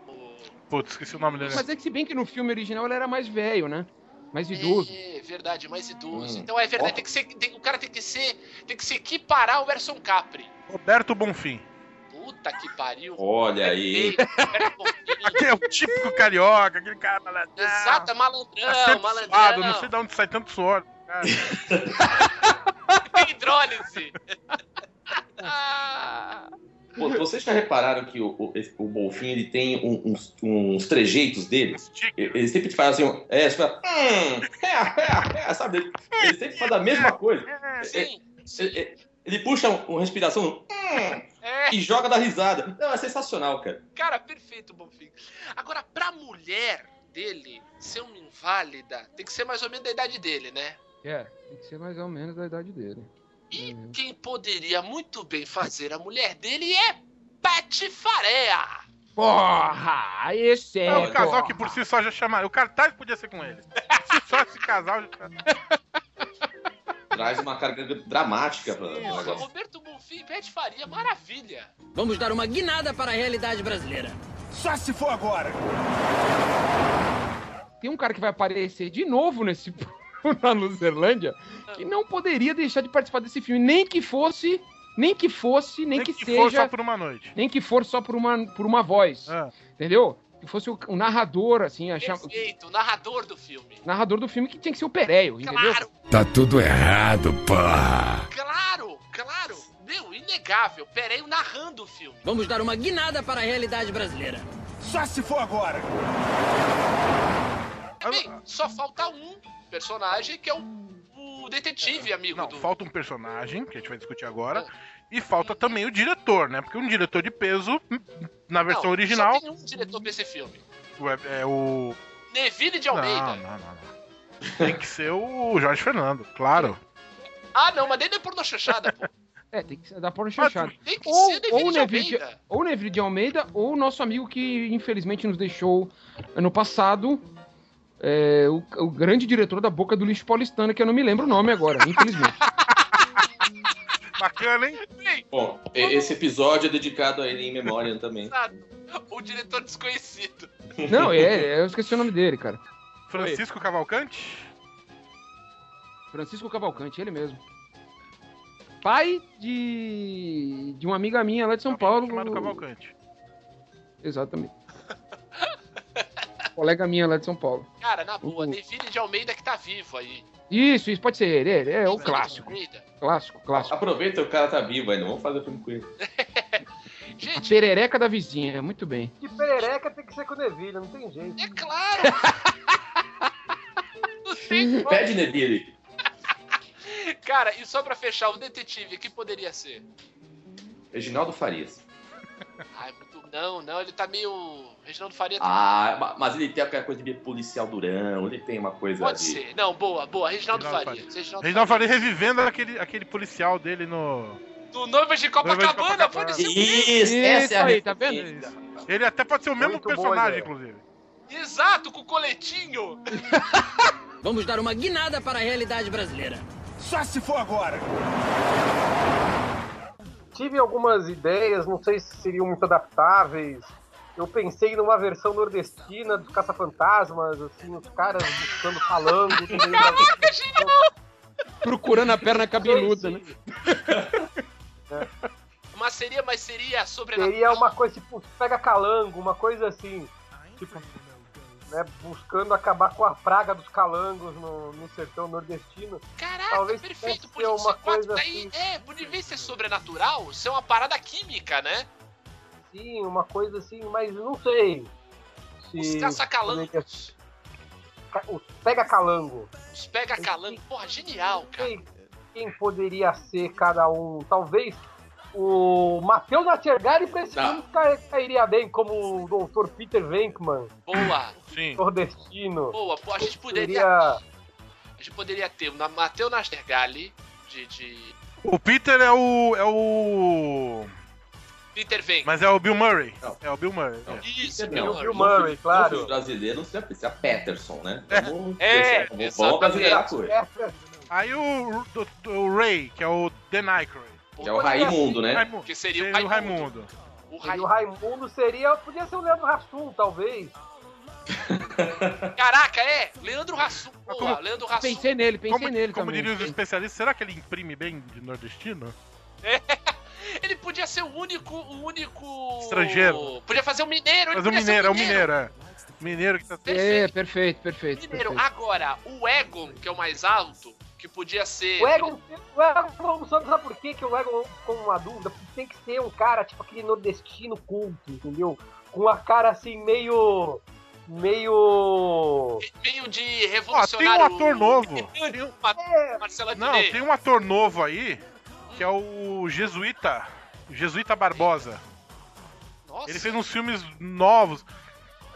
Speaker 1: O...
Speaker 2: Putz, esqueci o nome dele.
Speaker 6: Mas é que se bem que no filme original ele era mais velho, né? Mais idoso.
Speaker 1: É, verdade, mais idoso.
Speaker 4: Hum.
Speaker 1: Então é verdade,
Speaker 4: Ó.
Speaker 1: tem que ser, tem- o cara tem que ser, tem que se equiparar ao Erson Capri.
Speaker 2: Roberto Bonfim.
Speaker 1: Puta que pariu.
Speaker 4: Olha aí.
Speaker 1: Ei, Roberto Bonfim.
Speaker 2: Que é o típico carioca, aquele cara malandrão.
Speaker 1: Exata,
Speaker 2: Tá
Speaker 1: é malandrão,
Speaker 2: sempre suado, não
Speaker 1: malandrão.
Speaker 2: sei de onde sai tanto suor. cara.
Speaker 1: Tem hidrólise. Ah.
Speaker 4: Pô, Vocês já repararam que o, o, esse- o Bolfinho ele tem um- uns, uns trejeitos dele?
Speaker 2: Uns tiques.
Speaker 4: Ele sempre te faz assim, um- é, você fala, hum, é, é, é, sabe? Ele- Ele sempre faz a
Speaker 2: É,
Speaker 4: mesma coisa. É,
Speaker 1: Sim,
Speaker 4: Ele, ele- ele puxa um- uma respiração hum,
Speaker 1: é.
Speaker 4: e joga da risada. Não, é sensacional, cara.
Speaker 1: Cara, perfeito, Bonfim. Agora, pra mulher dele ser uma inválida, tem que ser mais ou menos da idade dele, né?
Speaker 6: É, tem que ser mais ou menos da idade dele.
Speaker 1: E
Speaker 6: Uhum.
Speaker 1: quem poderia muito bem fazer a mulher dele é Patifareia.
Speaker 6: Porra! Esse é.
Speaker 2: É um casal
Speaker 6: porra.
Speaker 2: que por si só já chama. O cartaz podia ser com ele. Se só esse casal. já-
Speaker 4: Traz uma carga dramática pra, pro
Speaker 1: Porra,
Speaker 4: negócio.
Speaker 1: Roberto Bonfim e Patifaria, maravilha.
Speaker 7: Vamos dar uma guinada para a realidade brasileira.
Speaker 6: Tem um cara que vai aparecer de novo nesse. na Luzerlândia, que não poderia deixar de participar desse filme, nem que fosse, nem que fosse, nem, que,
Speaker 2: for só
Speaker 6: seja,
Speaker 2: por uma noite.
Speaker 6: nem que for só por uma, por uma voz,
Speaker 2: Ah,
Speaker 6: entendeu? que fosse o, o narrador, assim, achar.
Speaker 1: Perfeito, o narrador do filme.
Speaker 6: Narrador do filme que tinha que ser o Pereio, entendeu?
Speaker 1: Claro,
Speaker 9: Tá tudo errado, pá.
Speaker 1: claro, claro. Meu, inegável. Pereio narrando o filme.
Speaker 7: Vamos dar uma guinada para a realidade brasileira.
Speaker 10: Só se for agora!
Speaker 1: Bem, só falta um personagem que é o, o
Speaker 6: É,
Speaker 1: detetive, amigo
Speaker 2: Não,
Speaker 1: do.
Speaker 2: falta um personagem, que a gente vai discutir agora, e falta também o diretor, né? Porque um diretor de peso, na
Speaker 1: Não,
Speaker 2: versão
Speaker 1: só
Speaker 2: original,
Speaker 1: tem um diretor pra esse filme.
Speaker 2: é, é o.
Speaker 1: Neville de
Speaker 2: Não,
Speaker 1: Almeida.
Speaker 2: não, não, não. Tem que ser o Jorge Fernando, claro.
Speaker 1: Ah, não, mas nem é porno chanchada, pô.
Speaker 6: É, tem que ser da porno chanchada.
Speaker 1: Tem que
Speaker 6: Ou,
Speaker 1: ser Neville
Speaker 6: ou o
Speaker 1: de
Speaker 6: Neville de-
Speaker 1: Almeida.
Speaker 6: ou o Neville de Almeida, ou o nosso amigo que infelizmente nos deixou ano passado. é, o, o grande diretor da Boca do Lixo Paulistano, que eu não me lembro o nome agora, infelizmente.
Speaker 2: Bacana, hein?
Speaker 4: Bom, e- esse episódio é dedicado a ele em memória também.
Speaker 1: O diretor desconhecido.
Speaker 6: Não, é, é, eu esqueci o nome dele, cara.
Speaker 2: Francisco Cavalcante?
Speaker 6: Francisco Cavalcante, ele mesmo. Pai de, de uma amiga minha lá de São Paulo.
Speaker 2: Chamado Cavalcante.
Speaker 6: Exatamente. Colega minha lá de São Paulo.
Speaker 1: Cara, na boa,
Speaker 6: O-
Speaker 1: Neville de Almeida que tá vivo aí.
Speaker 6: Isso, isso pode ser ele. ele é o
Speaker 1: Neville de
Speaker 6: clássico.
Speaker 1: Almeida.
Speaker 6: Clássico, clássico.
Speaker 4: Aproveita, o cara tá vivo ainda. Vamos fazer filme com ele.
Speaker 6: A
Speaker 1: Gente,
Speaker 6: perereca da vizinha, muito bem.
Speaker 5: Que perereca tem que ser com o Neville, não tem jeito.
Speaker 1: é claro. Não tem como.
Speaker 4: Pede Neville.
Speaker 1: Cara, e só pra fechar, o detetive, que poderia ser?
Speaker 4: Reginaldo Farias.
Speaker 1: Ai, muito... Não, não, ele tá meio... Reginaldo Faria tá...
Speaker 4: Ah, ma- mas ele tem aquela coisa de policial durão, ele tem uma coisa
Speaker 1: Pode
Speaker 4: de.
Speaker 1: ser. Não, boa, boa. Reginaldo,
Speaker 2: Reginaldo
Speaker 1: Faria. Reginaldo,
Speaker 2: Reginaldo Faria revivendo aquele, aquele policial dele no.
Speaker 1: Do Noivas de Copacabana,
Speaker 2: Noivas de Copacabana.
Speaker 1: pode ser. um
Speaker 4: Isso, essa é a
Speaker 6: aí, tá
Speaker 4: referência.
Speaker 2: Ele até pode ser o mesmo
Speaker 5: Muito boa
Speaker 2: personagem,
Speaker 5: ideia.
Speaker 2: inclusive.
Speaker 1: Exato, com o coletinho.
Speaker 7: Vamos dar uma guinada para a realidade brasileira.
Speaker 10: Só se for agora!
Speaker 5: Tive algumas ideias, não sei se seriam muito adaptáveis. Eu pensei numa versão nordestina dos caça-fantasmas, assim, os caras buscando falango. Caraca,
Speaker 6: Procurando a perna cabeluda, né?
Speaker 1: Mas seria, mas seria sobrenatural.
Speaker 5: Seria uma coisa tipo, pega calango, uma coisa assim. Tipo, né, buscando acabar com a praga dos calangos no, no sertão nordestino.
Speaker 1: Caraca,
Speaker 5: um- Talvez
Speaker 1: perfeito.
Speaker 5: pudesse
Speaker 1: Podia
Speaker 5: ser
Speaker 1: ser
Speaker 5: uma
Speaker 1: quatro.
Speaker 5: coisa
Speaker 1: Daí,
Speaker 5: assim.
Speaker 1: é, por vez ser sobrenatural, ser uma parada química, né?
Speaker 5: Sim, uma coisa assim, mas não sei.
Speaker 1: Os
Speaker 5: se- é
Speaker 1: caça-calangos,
Speaker 5: Ca- Os pega calango.
Speaker 1: os pega-calango. Porra, genial, cara.
Speaker 5: Quem, quem poderia ser cada um? Talvez o Matheus Natchergari pra esse
Speaker 4: Tá.
Speaker 5: filme ca- cairia bem como o Dr. Peter Venkman,
Speaker 1: Boa,
Speaker 2: Sim.
Speaker 5: nordestino.
Speaker 1: boa. Pô, a gente poderia,
Speaker 5: Seria
Speaker 1: a gente poderia ter o Na- Matheus Nastergalli de, de
Speaker 2: O Peter é o. é o.
Speaker 1: Peter Venkman.
Speaker 2: Mas é o Bill Murray.
Speaker 4: Não.
Speaker 2: É o Bill Murray.
Speaker 4: Não.
Speaker 1: Isso,
Speaker 4: Não,
Speaker 1: meu
Speaker 4: não,
Speaker 5: Bill
Speaker 1: amor.
Speaker 5: Murray,
Speaker 4: filme-
Speaker 5: claro.
Speaker 4: No filme brasileiro não se precisa Peterson, né?
Speaker 1: É,
Speaker 4: Vamos pensar, vamos-
Speaker 1: exatamente.
Speaker 4: vamos brasileirar a coisa.
Speaker 2: Aí o, o, o Ray, que é o The Nycroy.
Speaker 4: Que é o Raimundo, né?
Speaker 2: Raimundo.
Speaker 1: Que seria o
Speaker 2: Seria o
Speaker 1: Raimundo.
Speaker 2: Raimundo.
Speaker 1: O
Speaker 5: e
Speaker 1: Raimundo.
Speaker 5: o Raimundo seria. Podia ser o Leandro Hassum, talvez.
Speaker 1: Caraca, é! Leandro Rassum. Boa,
Speaker 2: como-
Speaker 1: Leandro Rassum.
Speaker 6: Pensei nele, pensei
Speaker 2: Como,
Speaker 6: nele
Speaker 2: como
Speaker 6: também.
Speaker 2: diriam os especialistas, será que ele imprime bem de nordestino?
Speaker 1: Ele podia ser o único, o único...
Speaker 2: Estrangeiro.
Speaker 1: Podia fazer o mineiro. ele
Speaker 2: Mas o
Speaker 1: podia ser
Speaker 2: mineiro, é o mineiro, é. Mineiro que tá.
Speaker 6: É, perfeito, perfeito.
Speaker 1: Mineiro.
Speaker 6: perfeito.
Speaker 1: Agora, o Egon, que é o mais alto, que podia ser.
Speaker 5: O Egon, o Egon sabe, sabe por quê que o Egon ficou com uma dúvida? Porque tem que ser um cara, tipo, aquele nordestino culto, entendeu? Com uma cara assim, meio. meio.
Speaker 1: meio de
Speaker 2: Ó, tem um
Speaker 1: revolucionário.
Speaker 2: ator novo. Tem um-
Speaker 1: Marcela
Speaker 2: Não,
Speaker 1: Diné.
Speaker 2: tem um ator novo aí, que é o Jesuíta. Jesuíta Barbosa.
Speaker 1: Nossa,
Speaker 2: Ele fez uns filmes novos.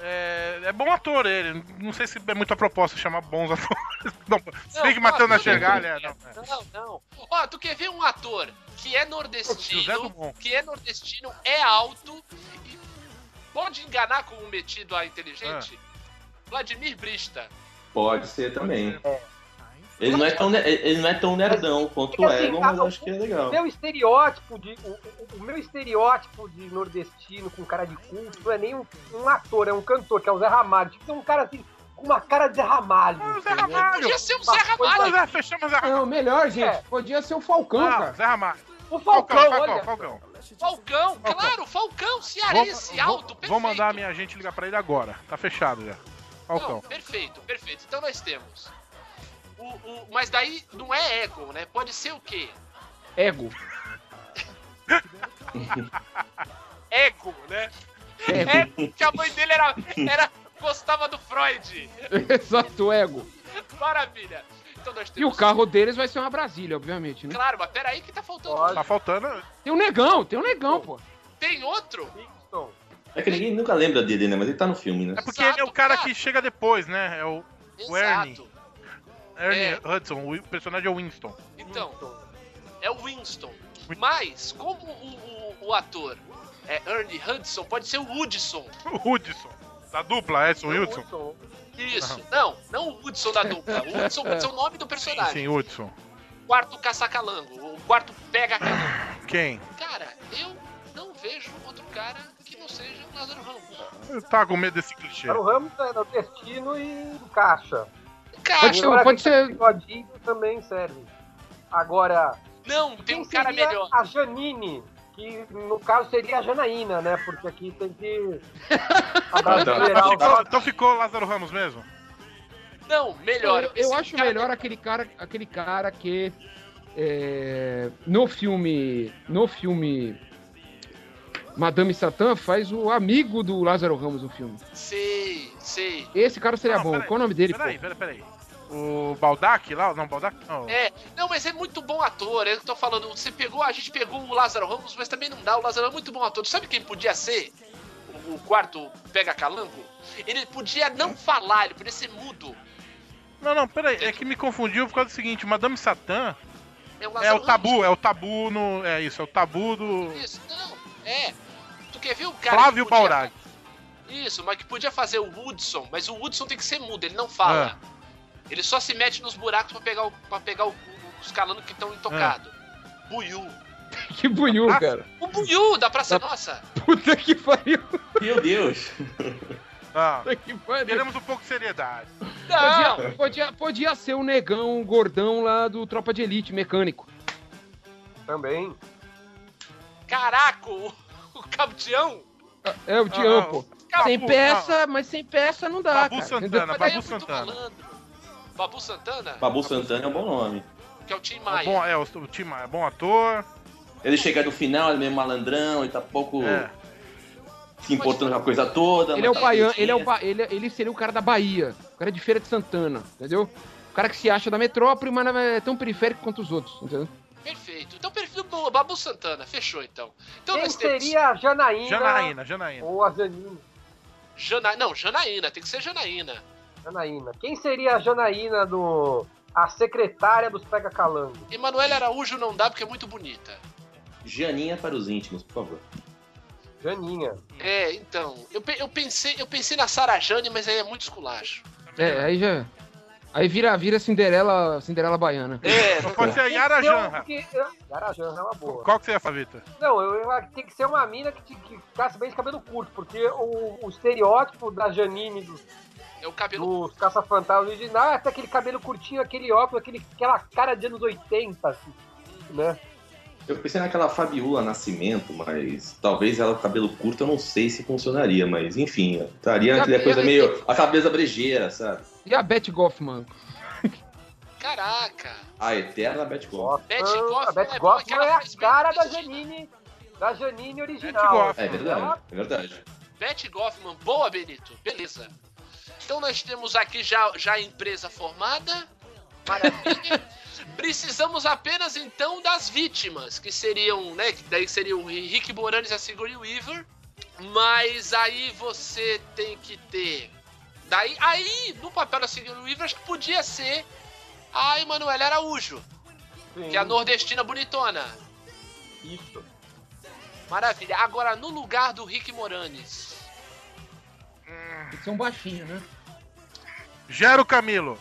Speaker 2: É, é bom ator ele. Não sei se é muito a proposta chamar bons atores. Não, se bem que
Speaker 1: não,
Speaker 2: Matheus
Speaker 1: não,
Speaker 2: na Chegalha. é, não, é.
Speaker 1: Não, não. Ó, tu quer ver um ator que é
Speaker 2: José
Speaker 1: nordestino,
Speaker 2: Dumont.
Speaker 1: que é nordestino, é alto e pode enganar com um metido a inteligente?
Speaker 2: Ah.
Speaker 1: Vladimir Brista.
Speaker 4: Pode ser também. Ele não, é tão, ne- ele não é tão nerdão quanto o
Speaker 5: É assim,
Speaker 4: Egon,
Speaker 5: tá,
Speaker 4: mas
Speaker 5: o-
Speaker 4: acho que é legal.
Speaker 5: O meu estereótipo de. O, o- o meu estereótipo de nordestino com cara de culto não é nem um, um ator, é um cantor, que é o Zé Ramalho. Tipo, tem um cara assim, com uma cara de Zé Ramalho.
Speaker 2: Ah, o Zé
Speaker 5: entendeu?
Speaker 2: Ramalho!
Speaker 1: Podia ser um o Zé
Speaker 2: Ah,
Speaker 1: Ramalho.
Speaker 2: Zé, fechamos Zé Ramalho.
Speaker 6: Não, melhor, gente.
Speaker 5: É.
Speaker 6: Podia ser o Falcão,
Speaker 2: Ah,
Speaker 6: cara.
Speaker 2: Zé Ramalho.
Speaker 5: O
Speaker 2: Falcão,
Speaker 5: Falcão,
Speaker 2: Falcão,
Speaker 5: olha.
Speaker 2: Falcão.
Speaker 1: Falcão, claro, Falcão, cearense,
Speaker 2: vou,
Speaker 1: alto,
Speaker 2: perfeito. Vou mandar a minha gente ligar pra ele agora. Tá fechado já. Falcão.
Speaker 1: Não, perfeito, perfeito. Então nós temos. O, o, mas daí não é ego, né? Pode ser o quê?
Speaker 6: Ego.
Speaker 1: ego, né? Ego. É, que a mãe dele era, era gostava do Freud.
Speaker 6: Exato, ego.
Speaker 1: Maravilha. Então nós temos...
Speaker 6: E o carro deles vai ser uma Brasília, obviamente, né?
Speaker 1: Claro, mas peraí que tá faltando.
Speaker 2: Tá faltando.
Speaker 6: Tem um negão, tem um negão, pô.
Speaker 1: Tem outro?
Speaker 4: É que ninguém nunca lembra dele, né? Mas ele tá no filme, né?
Speaker 2: É porque ele é o cara que chega depois, né? É o, o Ernie.
Speaker 1: Exato.
Speaker 2: Ernie
Speaker 1: É.
Speaker 2: Hudson, o personagem é o Winston.
Speaker 1: Então, é o Winston. Mas, como o, o- o ator é Ernie Hudson, pode ser o Woodson.
Speaker 2: O Hudson. Da dupla, Edson Wilson.
Speaker 1: Isso. Não, não o Woodson da dupla. O Woodson pode ser o nome do personagem.
Speaker 2: Sim, Hudson.
Speaker 1: Quarto caça-calango. O quarto pega-calango.
Speaker 2: Quem?
Speaker 1: Cara, eu não vejo outro cara que não seja o Lázaro Ramos.
Speaker 2: Eu tava com medo desse clichê.
Speaker 5: Era o Ramos era o destino e o caixa.
Speaker 6: Pode
Speaker 1: Cara,
Speaker 6: ser, pode
Speaker 5: O
Speaker 6: ser.
Speaker 5: bigodinho também serve. Agora,
Speaker 1: não, tem um
Speaker 5: quem
Speaker 1: cara
Speaker 5: seria
Speaker 1: melhor.
Speaker 5: A Janine, que no caso seria a Janaína, né? Porque aqui tem que. tá
Speaker 2: Então
Speaker 5: Abrasileirar
Speaker 2: ficou,
Speaker 5: o
Speaker 2: então ficou o Lázaro Ramos mesmo?
Speaker 1: Não, melhor.
Speaker 6: É, Eu, eu
Speaker 1: Esse
Speaker 6: acho
Speaker 1: cara-
Speaker 6: melhor aquele cara, aquele cara que é, no filme, no filme Madame Satã faz o amigo do Lázaro Ramos no filme.
Speaker 1: Sei, sei.
Speaker 6: Esse cara seria
Speaker 2: Não,
Speaker 6: bom.
Speaker 2: peraí,
Speaker 6: Qual o nome dele?
Speaker 2: Peraí,
Speaker 6: pô?
Speaker 2: peraí, peraí. O Baldac lá? Não, Baldac não.
Speaker 1: É, não, mas é muito bom ator. Eu tô falando, você pegou, a gente pegou o Lázaro Ramos, mas também não dá. O Lázaro é muito bom ator. Sabe quem podia ser? O, o quarto pega calango? Ele podia não falar, ele podia ser mudo.
Speaker 2: Não, não, peraí. É que me confundiu por causa do seguinte: Madame Satã
Speaker 1: o
Speaker 2: é
Speaker 1: Lázaro
Speaker 2: o tabu, é o tabu no. É isso, é o tabu do.
Speaker 1: Ramos. Isso, não, é. Tu quer ver o cara.
Speaker 2: Flávio
Speaker 1: que podia-
Speaker 2: Baurag.
Speaker 1: Isso, mas que podia fazer o Woodson, mas o Woodson tem que ser mudo, ele não fala.
Speaker 2: É.
Speaker 1: Ele só se mete nos buracos pra pegar, o, pra pegar o- os calangos que estão intocados. Buiu.
Speaker 6: Que bunhu,
Speaker 2: Ah.
Speaker 6: cara.
Speaker 1: O Buiu da Praça Nossa!
Speaker 6: Puta que pariu.
Speaker 4: Meu Deus.
Speaker 2: Ah,
Speaker 6: Puta que pariu.
Speaker 2: queremos um pouco de seriedade.
Speaker 1: Não!
Speaker 6: Podia, podia, podia ser o negão o gordão lá do Tropa de Elite, mecânico.
Speaker 5: Também.
Speaker 1: Caraca, o, o Cabdião!
Speaker 6: É o Tião, pô.
Speaker 2: Ah, Capu,
Speaker 6: Sem peça, mas sem peça não dá,
Speaker 2: ah, Babu
Speaker 6: cara.
Speaker 2: Santana,
Speaker 6: Entendeu?
Speaker 1: Mas daí é
Speaker 2: Babu Santana.
Speaker 1: malandro. Babu Santana,
Speaker 4: Babu Santana é um bom nome.
Speaker 1: que é o Tim
Speaker 2: não. É
Speaker 1: Maia.
Speaker 2: bom, é, o, o time é bom ator.
Speaker 4: Ele chega no final, ele é meio malandrão, ele tá pouco
Speaker 2: É.
Speaker 4: se importando com a coisa toda.
Speaker 6: Ele é
Speaker 4: mas
Speaker 6: o
Speaker 4: tá
Speaker 6: baiano,
Speaker 4: bonitinho.
Speaker 6: ele é o ba- ele, ele seria o cara da Bahia, o cara de Feira de Santana, entendeu? O cara que se acha da metrópole, mas não é tão periférico quanto os outros, entendeu?
Speaker 1: Perfeito. Então, perfil boa, Babu Santana, fechou então. Então
Speaker 5: Quem
Speaker 1: nós temos.
Speaker 5: seria a Janaína?
Speaker 2: Janaína, Janaína.
Speaker 5: Ou a Janine.
Speaker 1: Jana... Não, Janaína, tem que ser Janaína.
Speaker 5: Janaína. Quem seria a Janaína do. A secretária dos Pega Calango?
Speaker 1: Emanuela Araújo não dá porque é muito bonita.
Speaker 4: Janinha para os íntimos, por favor.
Speaker 5: Janinha.
Speaker 1: É, então. Eu, pe- eu pensei, eu pensei na Sarah Jane, mas aí é muito esculacho.
Speaker 6: É, aí já. Aí vira, vira Cinderela, Cinderela Baiana.
Speaker 1: É,
Speaker 2: Só pode ser a Yara
Speaker 5: Tem que ser um
Speaker 2: Janra.
Speaker 5: que- Yara Janra é uma boa.
Speaker 2: Qual que você ia, Favita?
Speaker 5: Não, eu, eu acho que tem que ser uma mina que, te- que ficasse bem de cabelo curto, porque o, o estereótipo da Janine dos,
Speaker 1: é o cabelo.
Speaker 5: dos Caça-Fantasmas original é até aquele cabelo curtinho, aquele óculos, aquele, aquela cara de anos 80, assim, né?
Speaker 4: Eu pensei naquela Fabiola Nascimento, mas talvez ela com cabelo curto, eu não sei se funcionaria, mas enfim, estaria naquela coisa meio. a cabeça brejeira, sabe?
Speaker 6: E a Beth Goffman?
Speaker 1: Caraca.
Speaker 4: A eterna Betty Goff.
Speaker 5: Goffman-
Speaker 1: Betty Goffman
Speaker 5: a
Speaker 1: é
Speaker 5: Betty
Speaker 1: boa, que
Speaker 5: Goffman
Speaker 1: ela
Speaker 5: é a
Speaker 1: fez bem
Speaker 5: cara da
Speaker 1: parecido.
Speaker 5: Janine, da Janine
Speaker 2: Betty
Speaker 5: original.
Speaker 2: Goffman.
Speaker 4: É verdade, é verdade.
Speaker 1: Betty Goffman, boa, Benito. Beleza. Então nós temos aqui já, já a empresa formada. Maravilha. Precisamos apenas então das vítimas, que seriam, né? Que daí seria o Rick Moranes e a Sigourney Weaver. Mas aí você tem que ter. Daí, aí, no papel da Sigourney Weaver, acho que podia ser a Emanuela Araújo,
Speaker 5: Sim,
Speaker 1: que é a nordestina bonitona.
Speaker 5: isso.
Speaker 1: Maravilha. Agora, no lugar do Rick Moranes.
Speaker 6: Tem que ser um baixinho, né?
Speaker 2: Gero Camilo.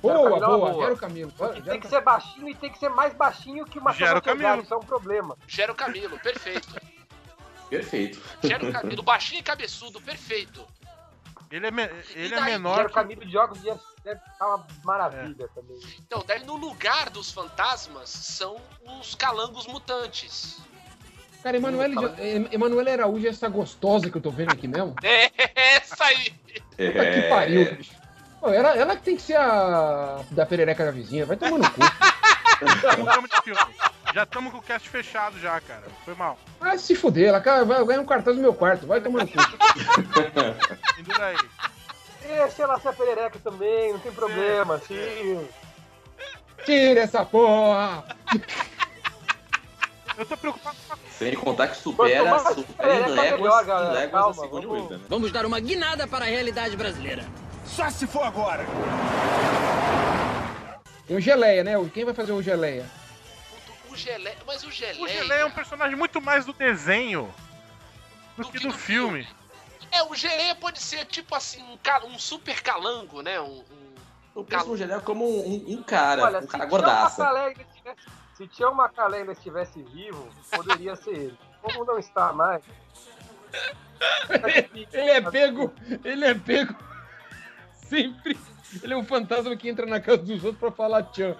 Speaker 5: Quero
Speaker 6: Boa,
Speaker 5: Camila,
Speaker 6: boa,
Speaker 5: Tá, boa.
Speaker 6: quero o Camilo.
Speaker 5: E
Speaker 6: quero
Speaker 5: tem
Speaker 6: o
Speaker 5: que
Speaker 6: Camilo.
Speaker 5: ser baixinho e tem que ser mais baixinho que uma
Speaker 2: Gera o Camilo.
Speaker 5: Isso é um problema.
Speaker 1: Gera o Camilo, perfeito.
Speaker 4: Perfeito.
Speaker 1: Gera o Camilo, baixinho e cabeçudo, perfeito.
Speaker 2: Ele é, me- ele é
Speaker 1: daí,
Speaker 5: Quero
Speaker 2: menor.
Speaker 5: o Camilo de óculos deve deve ficar uma maravilha também.
Speaker 1: Então, daí no lugar dos fantasmas são os calangos mutantes.
Speaker 6: Cara, Emanuele, de- Emanuele Araújo é essa gostosa que eu tô vendo aqui mesmo?
Speaker 1: É essa aí.
Speaker 6: Puta
Speaker 4: É,
Speaker 6: que pariu, bicho. Pô, ela, ela que tem que ser a da perereca da vizinha. Vai tomar no cu.
Speaker 2: Tamo de filme. Já estamos com o cast fechado já, cara. Foi mal.
Speaker 6: Vai se fuder. Ela cara, vai ganhar um cartaz no meu quarto. Vai tomar no cu.
Speaker 2: Indo daí.
Speaker 5: Deixa ela ser é perereca também, não tem problema, sim.
Speaker 6: Tira essa porra.
Speaker 2: Eu tô preocupado com a
Speaker 4: Sem contar que supera,
Speaker 5: Quanto mais
Speaker 4: supera em
Speaker 5: perereca,
Speaker 4: léguas,
Speaker 5: melhor,
Speaker 4: em
Speaker 5: galera.
Speaker 4: léguas é a
Speaker 5: Calma,
Speaker 4: segunda
Speaker 5: vamos-
Speaker 4: onda, né?
Speaker 7: Vamos dar uma guinada para a realidade brasileira.
Speaker 10: Só se for agora.
Speaker 6: E o Geleia, né? Quem vai fazer o Geleia?
Speaker 1: O, o Geleia. Mas o Geleia.
Speaker 2: O Geleia é um personagem muito mais do desenho do que do filme.
Speaker 1: É, o Geleia pode ser tipo assim, um, ca- um super calango, né? Um, um-
Speaker 4: Eu penso no Geleia como um, um cara,
Speaker 5: Olha,
Speaker 4: um
Speaker 5: se
Speaker 4: cara
Speaker 5: Tião
Speaker 4: gordaça.
Speaker 5: Macalé ainda estivesse- se Tião Macalé ainda estivesse vivo, poderia ser ele. Como não está mais,
Speaker 6: Ele é pego, ele é pego sempre. Ele é um fantasma que entra na casa dos outros pra falar tchan.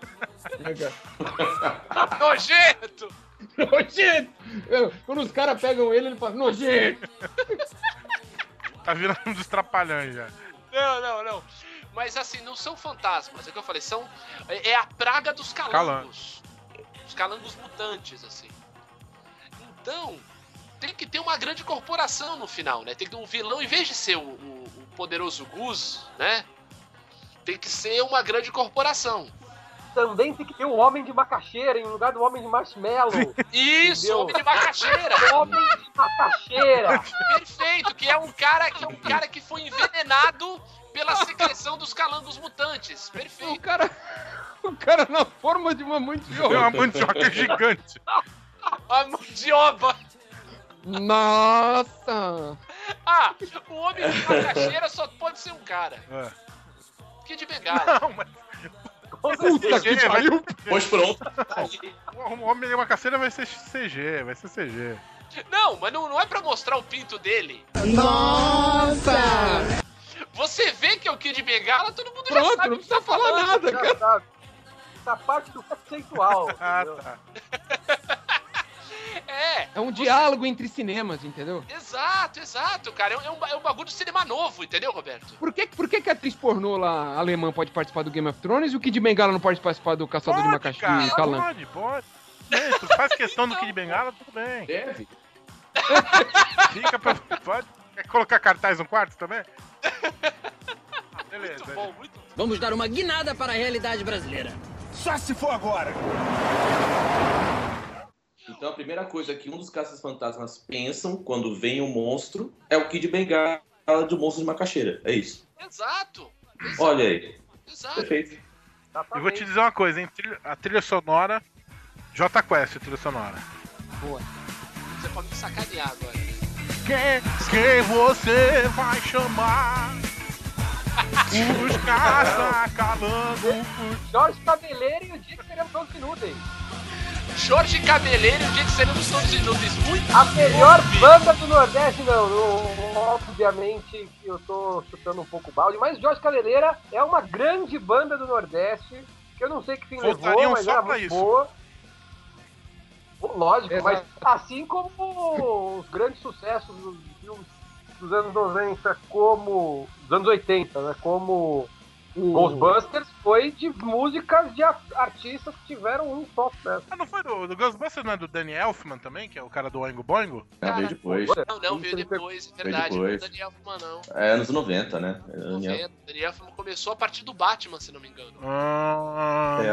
Speaker 6: Né, cara?
Speaker 1: Nojento!
Speaker 6: Nojento! Eu- Quando os caras pegam ele, ele fala, nojento!
Speaker 2: Tá virando um dos trapalhões já.
Speaker 1: Não, não, não. Mas assim, não são fantasmas, é o que eu falei, são. É é a praga dos calangos. Os calangos mutantes, assim. Então, tem que ter uma grande corporação no final, né? Tem que ter um vilão, em vez de ser o, o- o poderoso Gus, né? Tem que ser uma grande corporação.
Speaker 5: também tem que ter o homem de macaxeira em lugar do homem de marshmallow.
Speaker 1: Isso,
Speaker 5: Entendeu?
Speaker 1: homem de macaxeira!
Speaker 5: homem de macaxeira.
Speaker 1: Perfeito, que é um cara que é um cara que foi envenenado pela secreção dos calangos mutantes.
Speaker 6: O
Speaker 1: Perfeito.
Speaker 6: cara, o cara na forma de uma
Speaker 2: É
Speaker 6: mandioca.
Speaker 2: uma mandioca gigante.
Speaker 1: A mandioba.
Speaker 6: Nossa!
Speaker 1: Ah, o homem de macaxeira só pode ser um cara.
Speaker 2: É.
Speaker 1: Que de bengala.
Speaker 2: Não, mas
Speaker 6: Puta que
Speaker 2: CG, vai,
Speaker 6: pariu!
Speaker 4: Pois pronto.
Speaker 2: o Homem de Macaceira vai ser CG, vai ser CG.
Speaker 1: Não, mas não, não é pra mostrar o pinto dele.
Speaker 6: Nossa!
Speaker 1: Você vê que é o Kid Bengala, todo mundo já
Speaker 6: Pronto,
Speaker 1: sabe.
Speaker 6: não precisa falar
Speaker 2: Tá
Speaker 6: nada, cara.
Speaker 5: Já sabe. Essa parte do conceitual.
Speaker 2: Ah,
Speaker 5: entendeu?
Speaker 2: tá.
Speaker 1: É,
Speaker 6: É um diálogo entre cinemas, entendeu?
Speaker 1: exato, exato, cara. É um- É um, ba- é um bagulho de cinema novo, entendeu, Roberto?
Speaker 6: Por que, por que, que a atriz pornô lá alemã pode participar do Game of Thrones e o Kid Bengala não pode participar do Caçador de
Speaker 2: Pode,
Speaker 6: Macaxeira e
Speaker 2: cara,
Speaker 6: Calango?
Speaker 2: pode, pode. Bem, tu faz questão do Kid Bengala, tudo bem.
Speaker 4: Deve.
Speaker 2: Fica pra... Pode. Quer colocar cartaz no quarto também? Ah, Beleza.
Speaker 1: Muito bom, muito bom.
Speaker 7: Vamos dar uma guinada para a realidade brasileira.
Speaker 10: Só se for agora.
Speaker 4: Então a primeira coisa que um dos caças fantasmas pensam quando vem um monstro é o Kid Bengala do monstro de macaxeira. É isso.
Speaker 1: Exato,
Speaker 4: Olha aí.
Speaker 1: exato.
Speaker 4: Perfeito.
Speaker 2: Eu vou te
Speaker 5: Exatamente.
Speaker 2: dizer uma coisa, hein? trilha- A trilha sonora. J Quest, a trilha sonora.
Speaker 1: Você pode é me sacanear agora. né?
Speaker 2: Quem, quem você vai chamar? Os caça calando.
Speaker 5: Jorge Cabeleiro Tipo, e o dia que seremos todos inúteis.
Speaker 1: Jorge Cabeleiro, o dia que seremos todos inúteis. Muito
Speaker 5: A melhor banda do Nordeste, não. não, Obviamente que eu tô chutando um pouco o balde, mas Jorge Cabeleira é uma grande banda do Nordeste, que eu não sei que fim levou,
Speaker 2: Voltariam
Speaker 5: mas
Speaker 2: só
Speaker 5: era
Speaker 2: pra
Speaker 5: muito
Speaker 2: isso.
Speaker 5: boa. Lógico,
Speaker 6: Exato.
Speaker 5: mas assim como os grandes sucessos dos filmes dos anos 90, como. dos anos 80, né? Como Ghostbusters, foi de músicas de a- artistas que tiveram um só sucesso.
Speaker 2: Ah, não foi do, do Ghostbusters, não é do Danny Elfman também, que é o cara do Oingo Boingo?
Speaker 4: Ah, veio depois.
Speaker 1: Não, não, veio depois, é verdade. Não é
Speaker 4: depois.
Speaker 1: Daniel Elfman, não.
Speaker 4: É anos 90, né? É, Daniel.
Speaker 1: 90. Daniel Elfman começou a partir do Batman, se não me engano.
Speaker 2: Ah,
Speaker 4: É,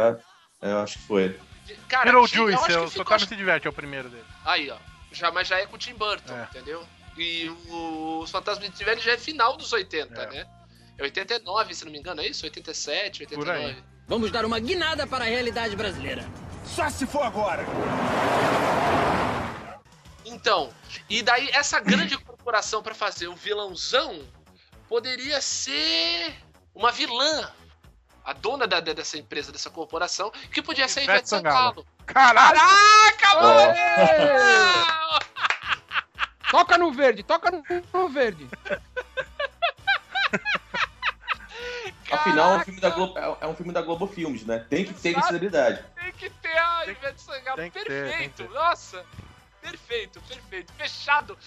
Speaker 4: eu- eu acho que foi.
Speaker 1: Cara, eu acho
Speaker 2: Beetlejuice,
Speaker 1: que
Speaker 2: é o
Speaker 1: ficou-
Speaker 2: Sotaro se diverte, é o primeiro dele.
Speaker 1: Aí, ó. Já, mas já é com o Tim Burton,
Speaker 2: É.
Speaker 1: entendeu? E o- os Fantasmas de Tiver já é final dos 80,
Speaker 2: É.
Speaker 1: né? É 89, se não me engano, é isso? 87,
Speaker 2: Por aí.
Speaker 1: 89.
Speaker 7: Vamos dar uma guinada para a realidade brasileira.
Speaker 10: Só se for agora.
Speaker 1: Então, e daí essa grande corporação pra fazer o vilãozão poderia ser uma vilã. A dona da- dessa empresa, dessa corporação, que podia ser a
Speaker 2: Ivete
Speaker 1: Ivete Sangalo.
Speaker 2: Caralho!
Speaker 1: Caraca, mano! Ah,
Speaker 6: Toca no verde, toca no, no verde.
Speaker 4: Afinal, é um filme da Globo, é é um filme da Globo Filmes, né? Tem que ter
Speaker 1: Exato.
Speaker 4: celebridade.
Speaker 1: Tem que ter a
Speaker 2: Tem-
Speaker 1: Ivete Sangalo.
Speaker 2: tem que ter, tem
Speaker 1: Perfeito.
Speaker 2: que ter.
Speaker 1: Nossa. Perfeito. Perfeito, perfeito. Fechado.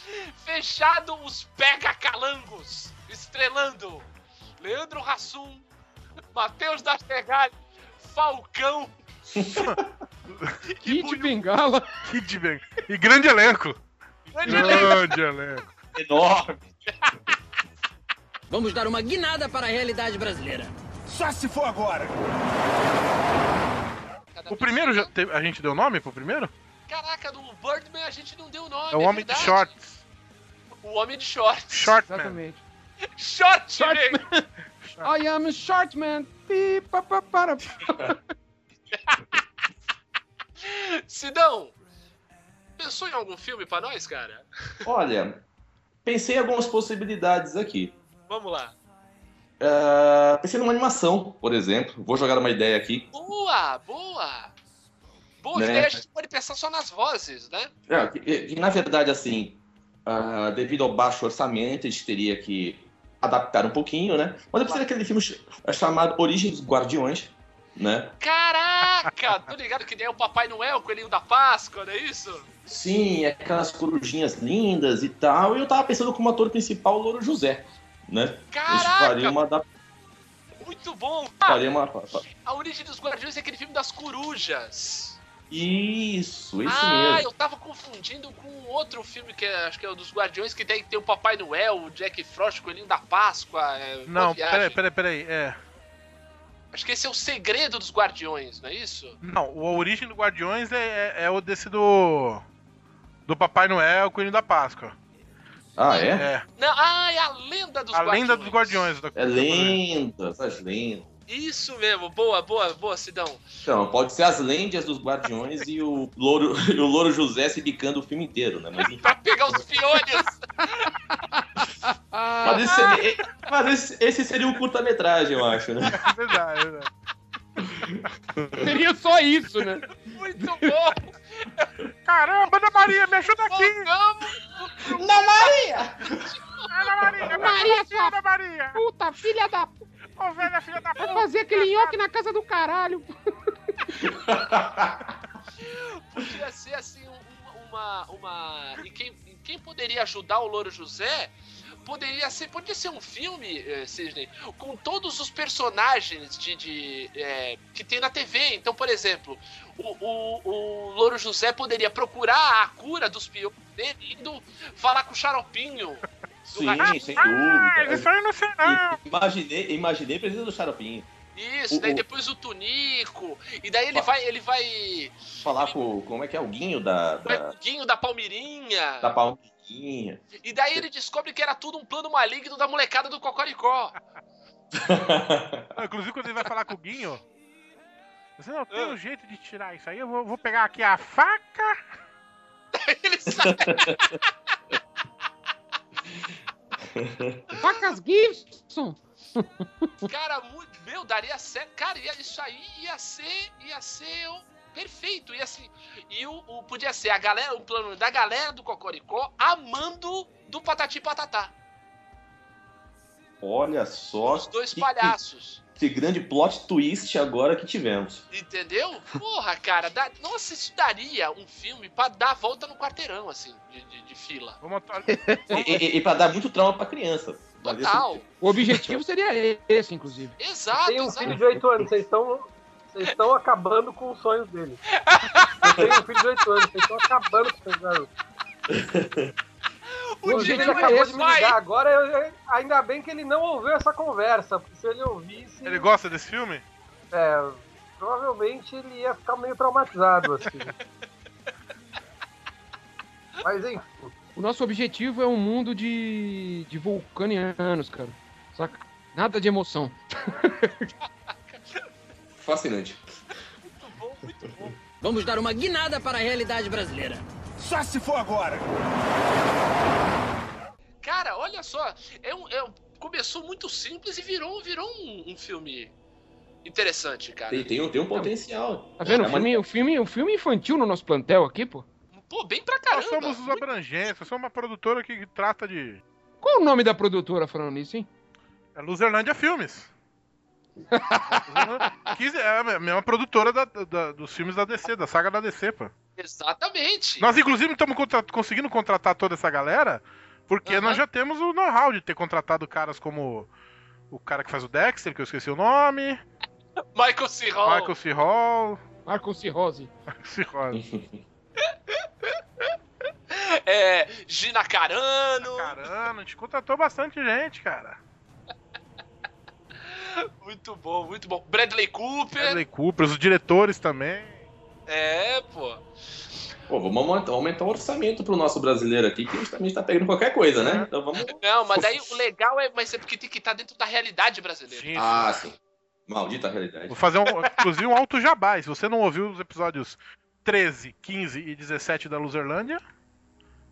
Speaker 1: Fechado os pega-calangos. Estrelando. Leandro Rassum, Matheus da Ferrari, Falcão.
Speaker 6: Kid Bengala.
Speaker 2: É. Kid Bengala. E grande elenco.
Speaker 1: Grande
Speaker 2: Grande elenco.
Speaker 4: Enorme.
Speaker 7: Vamos dar uma guinada para a realidade brasileira.
Speaker 10: Só se for agora!
Speaker 2: O primeiro, já teve- a gente deu nome pro primeiro?
Speaker 1: Caraca, no Birdman a gente não deu nome.
Speaker 2: É o Homem de
Speaker 1: verdade.
Speaker 2: Shorts.
Speaker 1: O Homem de Shorts.
Speaker 2: Shortman.
Speaker 6: Exatamente.
Speaker 1: Short,
Speaker 6: Shortman.
Speaker 1: Man.
Speaker 6: I am a short man. Pi, pa, pa, para.
Speaker 1: Sidão, pensou em algum filme pra nós, cara?
Speaker 4: Olha, pensei em algumas possibilidades aqui.
Speaker 1: Vamos lá.
Speaker 4: Ah, pensei numa animação, por exemplo. Vou jogar uma ideia aqui.
Speaker 1: Boa, boa. Boa
Speaker 4: Né?
Speaker 1: ideia, a gente pode pensar só nas vozes, né?
Speaker 4: É, que- que, na verdade, assim, ah, devido ao baixo orçamento, a gente teria que adaptar um pouquinho, né? Mas eu pensei naquele filme ch- chamado Origem dos Guardiões, né?
Speaker 1: Caraca, tô ligado que nem o Papai Noel, o Coelhinho da Páscoa, não é isso?
Speaker 4: Sim, aquelas corujinhas lindas e tal. E eu tava pensando como ator principal o Louro José, né? A gente faria
Speaker 1: Caraca,
Speaker 4: uma adaptação.
Speaker 1: muito bom. Ah,
Speaker 4: Faria um- uma... fa- fa-
Speaker 1: A Origem dos Guardiões é aquele filme das corujas.
Speaker 4: Isso, isso
Speaker 1: ah,
Speaker 4: mesmo.
Speaker 1: eu tava confundindo com um outro filme que é- acho que é o dos Guardiões, que tem, tem o Papai Noel, o Jack Frost, o Coelhinho da Páscoa. é, Boa
Speaker 2: Não,
Speaker 1: Viagem.
Speaker 2: peraí, peraí, peraí. É.
Speaker 1: Acho que esse é o segredo dos Guardiões, não é isso?
Speaker 2: Não, o- a origem do Guardiões é, é, é o desse do. Do Papai Noel, o Coelho da Páscoa.
Speaker 4: Ah, é?
Speaker 2: É.
Speaker 1: Não, ah, é a lenda dos
Speaker 2: a
Speaker 1: Guardiões.
Speaker 2: lenda dos Guardiões. Da...
Speaker 1: Então,
Speaker 4: É
Speaker 1: né?
Speaker 4: lendas, as lendas.
Speaker 1: Isso mesmo, boa, boa, boa, Sidão.
Speaker 4: Então, pode ser as lendas dos Guardiões e o Louro, e o Louro José se bicando o filme inteiro, né? Mas,
Speaker 1: Pra pegar os piolhos.
Speaker 4: mas esse, seria- mas esse- esse seria um curta-metragem, eu acho, né?
Speaker 2: É verdade, é verdade.
Speaker 6: Seria só isso, né?
Speaker 1: Muito bom.
Speaker 2: Caramba, Ana Maria, me ajuda aqui!
Speaker 1: Voltamos.
Speaker 4: Não, Maria!
Speaker 2: Ana É Maria, me
Speaker 6: Maria,
Speaker 2: ajuda aqui, Ana Maria!
Speaker 6: Puta, filha da...
Speaker 2: Ô, velha filha da
Speaker 6: Vai
Speaker 2: puta!
Speaker 6: fazer aquele nhoque na casa do caralho.
Speaker 1: Podia ser assim um- uma. uma e quem, e quem poderia ajudar o Louro José? Poderia ser, podia ser um filme, eh, Sidney, com todos os personagens de, de, eh, que tem na TV. Então, por exemplo, o, o, o Louro José poderia procurar a cura dos piores dele indo falar com o Xaropinho.
Speaker 4: Sim, sem
Speaker 2: Ah, isso
Speaker 4: dúvida.
Speaker 2: aí não sei não!
Speaker 4: Imaginei, imaginei precisa do Xaropinho.
Speaker 1: Isso,
Speaker 4: O-
Speaker 1: daí
Speaker 4: o-
Speaker 1: depois o Tunico. E daí ele
Speaker 4: Ah.
Speaker 1: vai, ele vai.
Speaker 4: Falar com, como é que é, o Guinho da,
Speaker 1: Vai
Speaker 4: da,
Speaker 1: pro Guinho da Palmirinha.
Speaker 4: da Palminha.
Speaker 1: E daí ele descobre que era tudo um plano maligno da molecada do Cocoricó.
Speaker 2: Ah, Inclusive, quando ele vai falar com o Guinho, você não tem um jeito de tirar isso aí. Eu vou, vou pegar aqui a faca.
Speaker 1: Ele sai.
Speaker 6: Facas Gibson.
Speaker 1: Cara, muito. Meu, daria certo. Cara, ia- isso aí ia ser. Ia ser o perfeito. Ia ser, e o, o- podia ser a galera, o plano da galera do Cocoricó amando do Patati Patatá.
Speaker 4: Olha só
Speaker 1: Os dois
Speaker 4: que,
Speaker 1: palhaços.
Speaker 4: que grande plot twist agora que tivemos.
Speaker 1: Entendeu? Porra, cara. dá- nossa, isso daria um filme pra dar a volta no quarteirão, assim, de, de- de fila.
Speaker 2: Vamos atuar.
Speaker 4: E, e, e pra dar muito trauma pra criança. Mas esse-
Speaker 1: Total.
Speaker 6: O objetivo seria esse, inclusive.
Speaker 1: Exato,
Speaker 5: Tem um
Speaker 1: exato.
Speaker 5: filho de 8 anos, vocês estão. Vocês estão acabando com os sonhos dele. Eu tenho um filho de 8 anos, vocês estão acabando com os sonhos dele.
Speaker 1: O
Speaker 5: Inclusive,
Speaker 1: Didi
Speaker 5: ele acabou de me
Speaker 1: vai.
Speaker 5: ligar agora. eu- eu- ainda bem que ele não ouviu essa conversa, porque se ele ouvisse,
Speaker 2: Ele gosta desse filme?
Speaker 5: é, provavelmente ele ia ficar meio traumatizado, assim. Mas enfim,
Speaker 6: O nosso objetivo é um mundo de, de vulcanianos, cara. Saca? Nada de emoção.
Speaker 4: é Fascinante.
Speaker 1: Muito bom, muito bom.
Speaker 7: Vamos dar uma guinada para a realidade brasileira.
Speaker 10: Só se for agora!
Speaker 1: Cara, olha só, é um, é um- começou muito simples e virou, virou um, um filme interessante, cara.
Speaker 4: Tem, tem, um- tem um potencial.
Speaker 6: Tá vendo?
Speaker 4: É,
Speaker 6: O
Speaker 4: mas-
Speaker 6: filme, o, filme, o filme infantil no nosso plantel aqui, pô.
Speaker 1: Pô, bem pra
Speaker 2: Nós
Speaker 1: caramba.
Speaker 2: somos os abrangentes, eu sou uma produtora que trata de.
Speaker 6: Qual o nome da produtora falando nisso, hein?
Speaker 2: É Luzerlândia Filmes. que é a mesma produtora da- da- dos filmes da DC, da saga da DC, pô.
Speaker 1: Exatamente.
Speaker 2: Nós, inclusive, estamos contra- conseguindo contratar toda essa galera, porque nós já temos o know-how de ter contratado caras como o cara que faz o Dexter, que eu esqueci o nome,
Speaker 1: Michael C. Hall.
Speaker 2: Michael C. Hall.
Speaker 6: Marco Cirrose.
Speaker 2: C. Hall.
Speaker 1: É, Gina Carano.
Speaker 2: Carano, a gente contratou bastante gente, cara.
Speaker 1: Muito bom, muito bom. Bradley Cooper.
Speaker 2: Bradley Cooper, os diretores também.
Speaker 1: É, pô.
Speaker 4: Pô, vamos aumentar, aumentar o orçamento pro nosso brasileiro aqui, que justamente tá pegando qualquer coisa, né? Então vamos.
Speaker 1: Não, mas daí o legal é, mas é porque tem que estar dentro da realidade brasileira.
Speaker 2: Sim,
Speaker 4: Ah, sim. Maldita realidade.
Speaker 2: Vou fazer, um, inclusive, um alto jabá. Se você não ouviu os episódios 13, 15 e 17 da Loserlândia,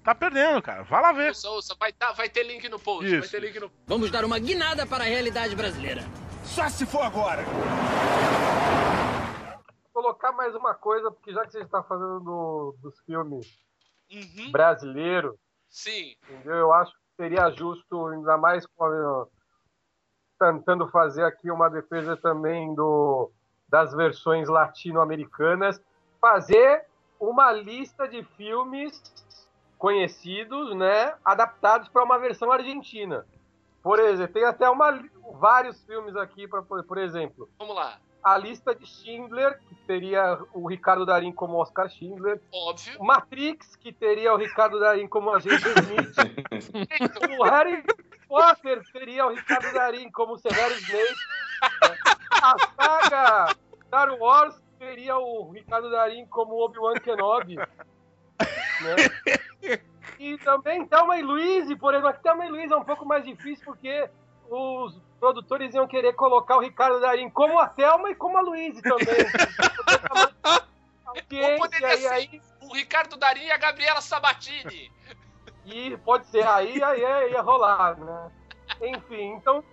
Speaker 2: tá perdendo, cara. Vá lá ver.
Speaker 1: Ouça, ouça, vai, tá, vai ter link no post. Vai
Speaker 2: Isso.
Speaker 1: ter link no
Speaker 7: Vamos dar uma guinada para a realidade brasileira.
Speaker 10: Só se for agora!
Speaker 5: colocar mais uma coisa, porque já que você está falando do- dos filmes
Speaker 1: Uhum,
Speaker 5: brasileiros,
Speaker 1: Sim.
Speaker 5: entendeu? Eu acho que seria justo, ainda mais com a- tentando fazer aqui uma defesa também do, das versões latino-americanas, fazer uma lista de filmes conhecidos, né, adaptados para uma versão argentina. Por exemplo, tem até uma, li- vários filmes aqui, pra, por por exemplo,
Speaker 1: Vamos lá.
Speaker 5: a lista de Schindler, que teria o Ricardo Darim como Oscar Schindler.
Speaker 1: Óbvio.
Speaker 5: Matrix, que teria o Ricardo Darim como agente Smith. o Harry Potter teria o Ricardo Darim como Severo Snape. A saga Star Wars teria o Ricardo Darim como Obi-Wan Kenobi. né? E também Thelma e Luiz, por exemplo. Aqui Thelma e Luiz é um pouco mais difícil porque os produtores iam querer colocar o Ricardo Darim como a Thelma e como a Luiz também.
Speaker 1: Ou
Speaker 5: Audiência,
Speaker 1: poderia
Speaker 5: e
Speaker 1: ser
Speaker 5: aí,
Speaker 1: o Ricardo Darim e a Gabriela Sabatini.
Speaker 5: E pode ser, aí, aí é- ia rolar, né? Enfim, então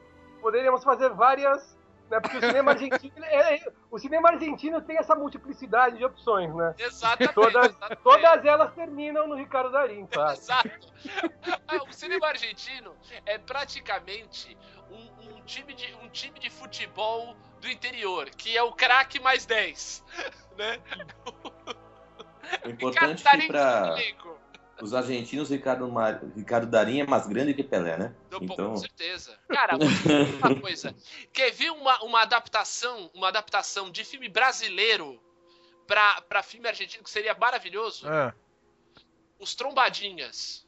Speaker 5: poderíamos fazer várias. Né? Porque o cinema argentino. ele é- é- o cinema argentino tem essa multiplicidade de opções, né?
Speaker 1: Exatamente.
Speaker 5: Todas-
Speaker 1: exatamente.
Speaker 5: Todas elas terminam no Ricardo tá? Darim, sabe?
Speaker 1: Exato. Ah, O cinema argentino é praticamente um, um time de, um time de futebol do interior, que é o craque mais 10. Né?
Speaker 4: O importante é
Speaker 1: Catarina
Speaker 4: que pra
Speaker 1: Rico.
Speaker 4: os argentinos, Ricardo, Mar... Ricardo Darim é mais grande que Pelé, né?
Speaker 1: Não, pô,
Speaker 4: Então.
Speaker 1: Com certeza. Cara, vou te falar uma coisa. Quer ver uma, uma adaptação, uma adaptação de filme brasileiro pra, pra filme argentino que seria maravilhoso?
Speaker 2: Ah,
Speaker 1: Os Trombadinhas.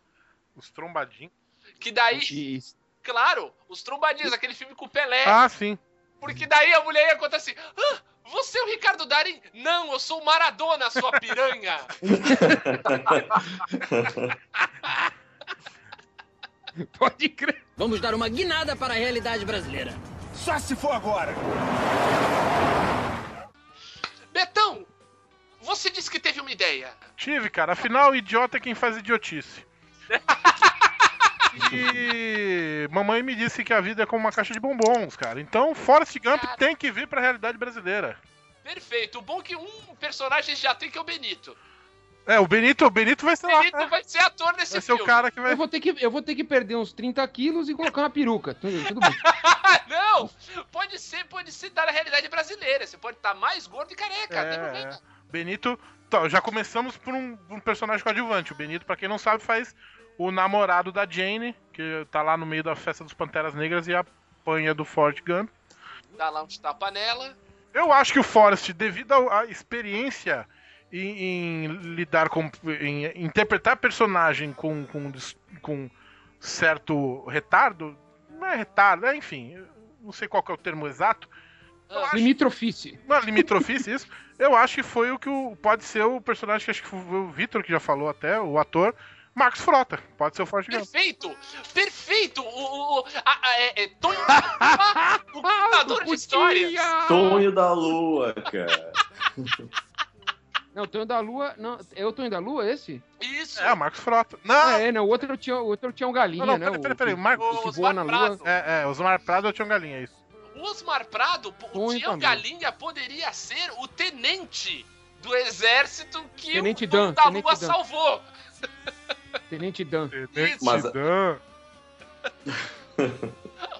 Speaker 2: os trombadinhos.
Speaker 1: Que daí, claro, os Trombadinhas, aquele filme com o Pelé.
Speaker 2: Ah, sim.
Speaker 1: Porque daí a mulher ia contar assim: "Ah, Você é o Ricardo Darim? Não, eu sou o Maradona, sua piranha.
Speaker 6: Pode crer.
Speaker 7: Vamos dar uma guinada para a realidade brasileira.
Speaker 10: Só se for agora!
Speaker 1: Betão, você disse que teve uma ideia.
Speaker 2: Tive, cara. Afinal, idiota é quem faz idiotice. E mamãe me disse que a vida é como uma caixa de bombons, cara. Então, Forrest Gump
Speaker 1: Cara.
Speaker 2: tem que vir pra realidade brasileira.
Speaker 1: Perfeito. O bom é que um personagem já tem, que é o Benito.
Speaker 2: É, o Benito, o Benito vai ser lá.
Speaker 1: Benito vai ser ator nesse
Speaker 2: Vai ser
Speaker 1: filme.
Speaker 2: o cara que vai.
Speaker 6: Eu vou, ter que, eu vou ter que perder uns 30 quilos e colocar uma peruca. Tudo, tudo bem.
Speaker 1: Ah, não! Pode ser, pode ser da realidade brasileira. Você pode estar mais gordo e careca. não tem né?
Speaker 2: É,
Speaker 1: problema.
Speaker 2: Benito. Então, já começamos por um, por um personagem coadjuvante. O Benito, pra quem não sabe, faz o namorado da Jane, que tá lá no meio da festa dos Panteras Negras e apanha do Forrest Gump.
Speaker 1: Dá lá um tapa nela.
Speaker 2: Eu acho que o Forrest, devido ao- à experiência em, em lidar com. em interpretar personagem com, com, des- com certo retardo. Não é retardo, é, enfim. Não sei qual que é o termo exato. Eu
Speaker 1: Ah.
Speaker 2: acho
Speaker 6: Limitrofice.
Speaker 2: uma limitrofice, isso. Eu acho que foi o que o, pode ser o personagem que acho que foi o Vitor que já falou até, o ator, Marcos Frota. Pode ser o Forte Gump.
Speaker 1: Perfeito! Perfeito! O, o, o- a- a- é, é Tonho Tapa, o contador de histórias.
Speaker 6: Ah.
Speaker 4: Tonho da Lua, cara.
Speaker 6: Não, o Tonho da Lua. Não, é o Tonho da Lua esse?
Speaker 1: Isso!
Speaker 2: É, o Marcos Frota. Não!
Speaker 6: Ah, é, não. O outro é o Tião, o outro é o Tião Galinha,
Speaker 2: Não, não, peraí,
Speaker 6: né? o-
Speaker 2: peraí, peraí,
Speaker 6: que-
Speaker 2: Marco-
Speaker 6: que
Speaker 1: O
Speaker 6: voa na
Speaker 1: Osmar
Speaker 6: lua.
Speaker 1: Prado.
Speaker 2: É, é, Osmar Prado ou Tião Galinha, é isso.
Speaker 1: O Osmar Prado, o
Speaker 6: Tonho
Speaker 1: Tião
Speaker 6: também.
Speaker 1: Galinha poderia ser o tenente do exército que
Speaker 6: Tenente
Speaker 1: o Tonho
Speaker 6: Dan,
Speaker 1: da
Speaker 6: Tenente
Speaker 1: Lua
Speaker 6: Dan.
Speaker 1: salvou.
Speaker 6: Tenente Dan.
Speaker 4: Mas-
Speaker 2: Tidã.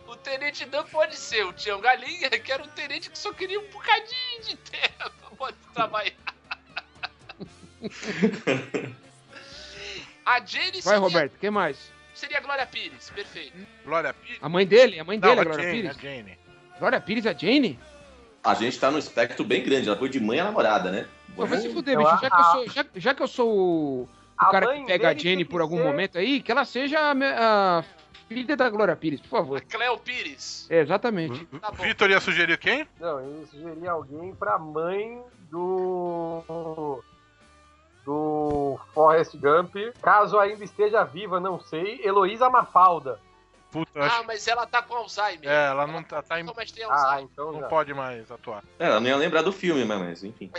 Speaker 1: O Tenente Dan pode ser o Tião Galinha, que era um tenente que só queria um bocadinho de terra pra poder trabalhar. A Jane
Speaker 2: é.
Speaker 6: Vai, Roberto, quem mais?
Speaker 1: seria a Glória Pires, perfeito.
Speaker 2: Glória Pires?
Speaker 6: A mãe dele? A mãe
Speaker 2: Não,
Speaker 6: dele,
Speaker 2: a
Speaker 6: a Glória
Speaker 2: Jane, né?
Speaker 6: Pires?
Speaker 2: a Jane.
Speaker 6: Glória Pires, a Jane?
Speaker 4: A gente tá num espectro bem grande. Ela foi de mãe a namorada, né?
Speaker 6: Pô, vai se fuder,
Speaker 5: Então,
Speaker 6: bicho.
Speaker 5: a-
Speaker 6: Já que eu sou, já, já que eu sou o, o
Speaker 5: A
Speaker 6: cara
Speaker 5: mãe
Speaker 6: que pega a
Speaker 5: dele
Speaker 6: Jenny
Speaker 5: tem que
Speaker 6: por algum
Speaker 5: ser-
Speaker 6: momento aí, que ela seja a, me- a filha da Glória Pires, por favor.
Speaker 1: Cleo Pires.
Speaker 6: É, exatamente.
Speaker 1: Tá bom.
Speaker 2: Vitor ia sugerir quem?
Speaker 5: Não, eu sugeri alguém pra mãe do. do Forrest Gump. Caso ainda esteja viva, não sei. Heloísa Mafalda.
Speaker 2: Puta, eu acho
Speaker 1: Ah, mas ela tá com Alzheimer.
Speaker 2: É, ela não tá, tá em-
Speaker 1: Não, mas tem
Speaker 5: Ah,
Speaker 1: Alzheimer.
Speaker 5: então
Speaker 2: não
Speaker 5: já.
Speaker 2: pode mais atuar.
Speaker 4: É, ela não ia lembrar do filme, mas- mas enfim.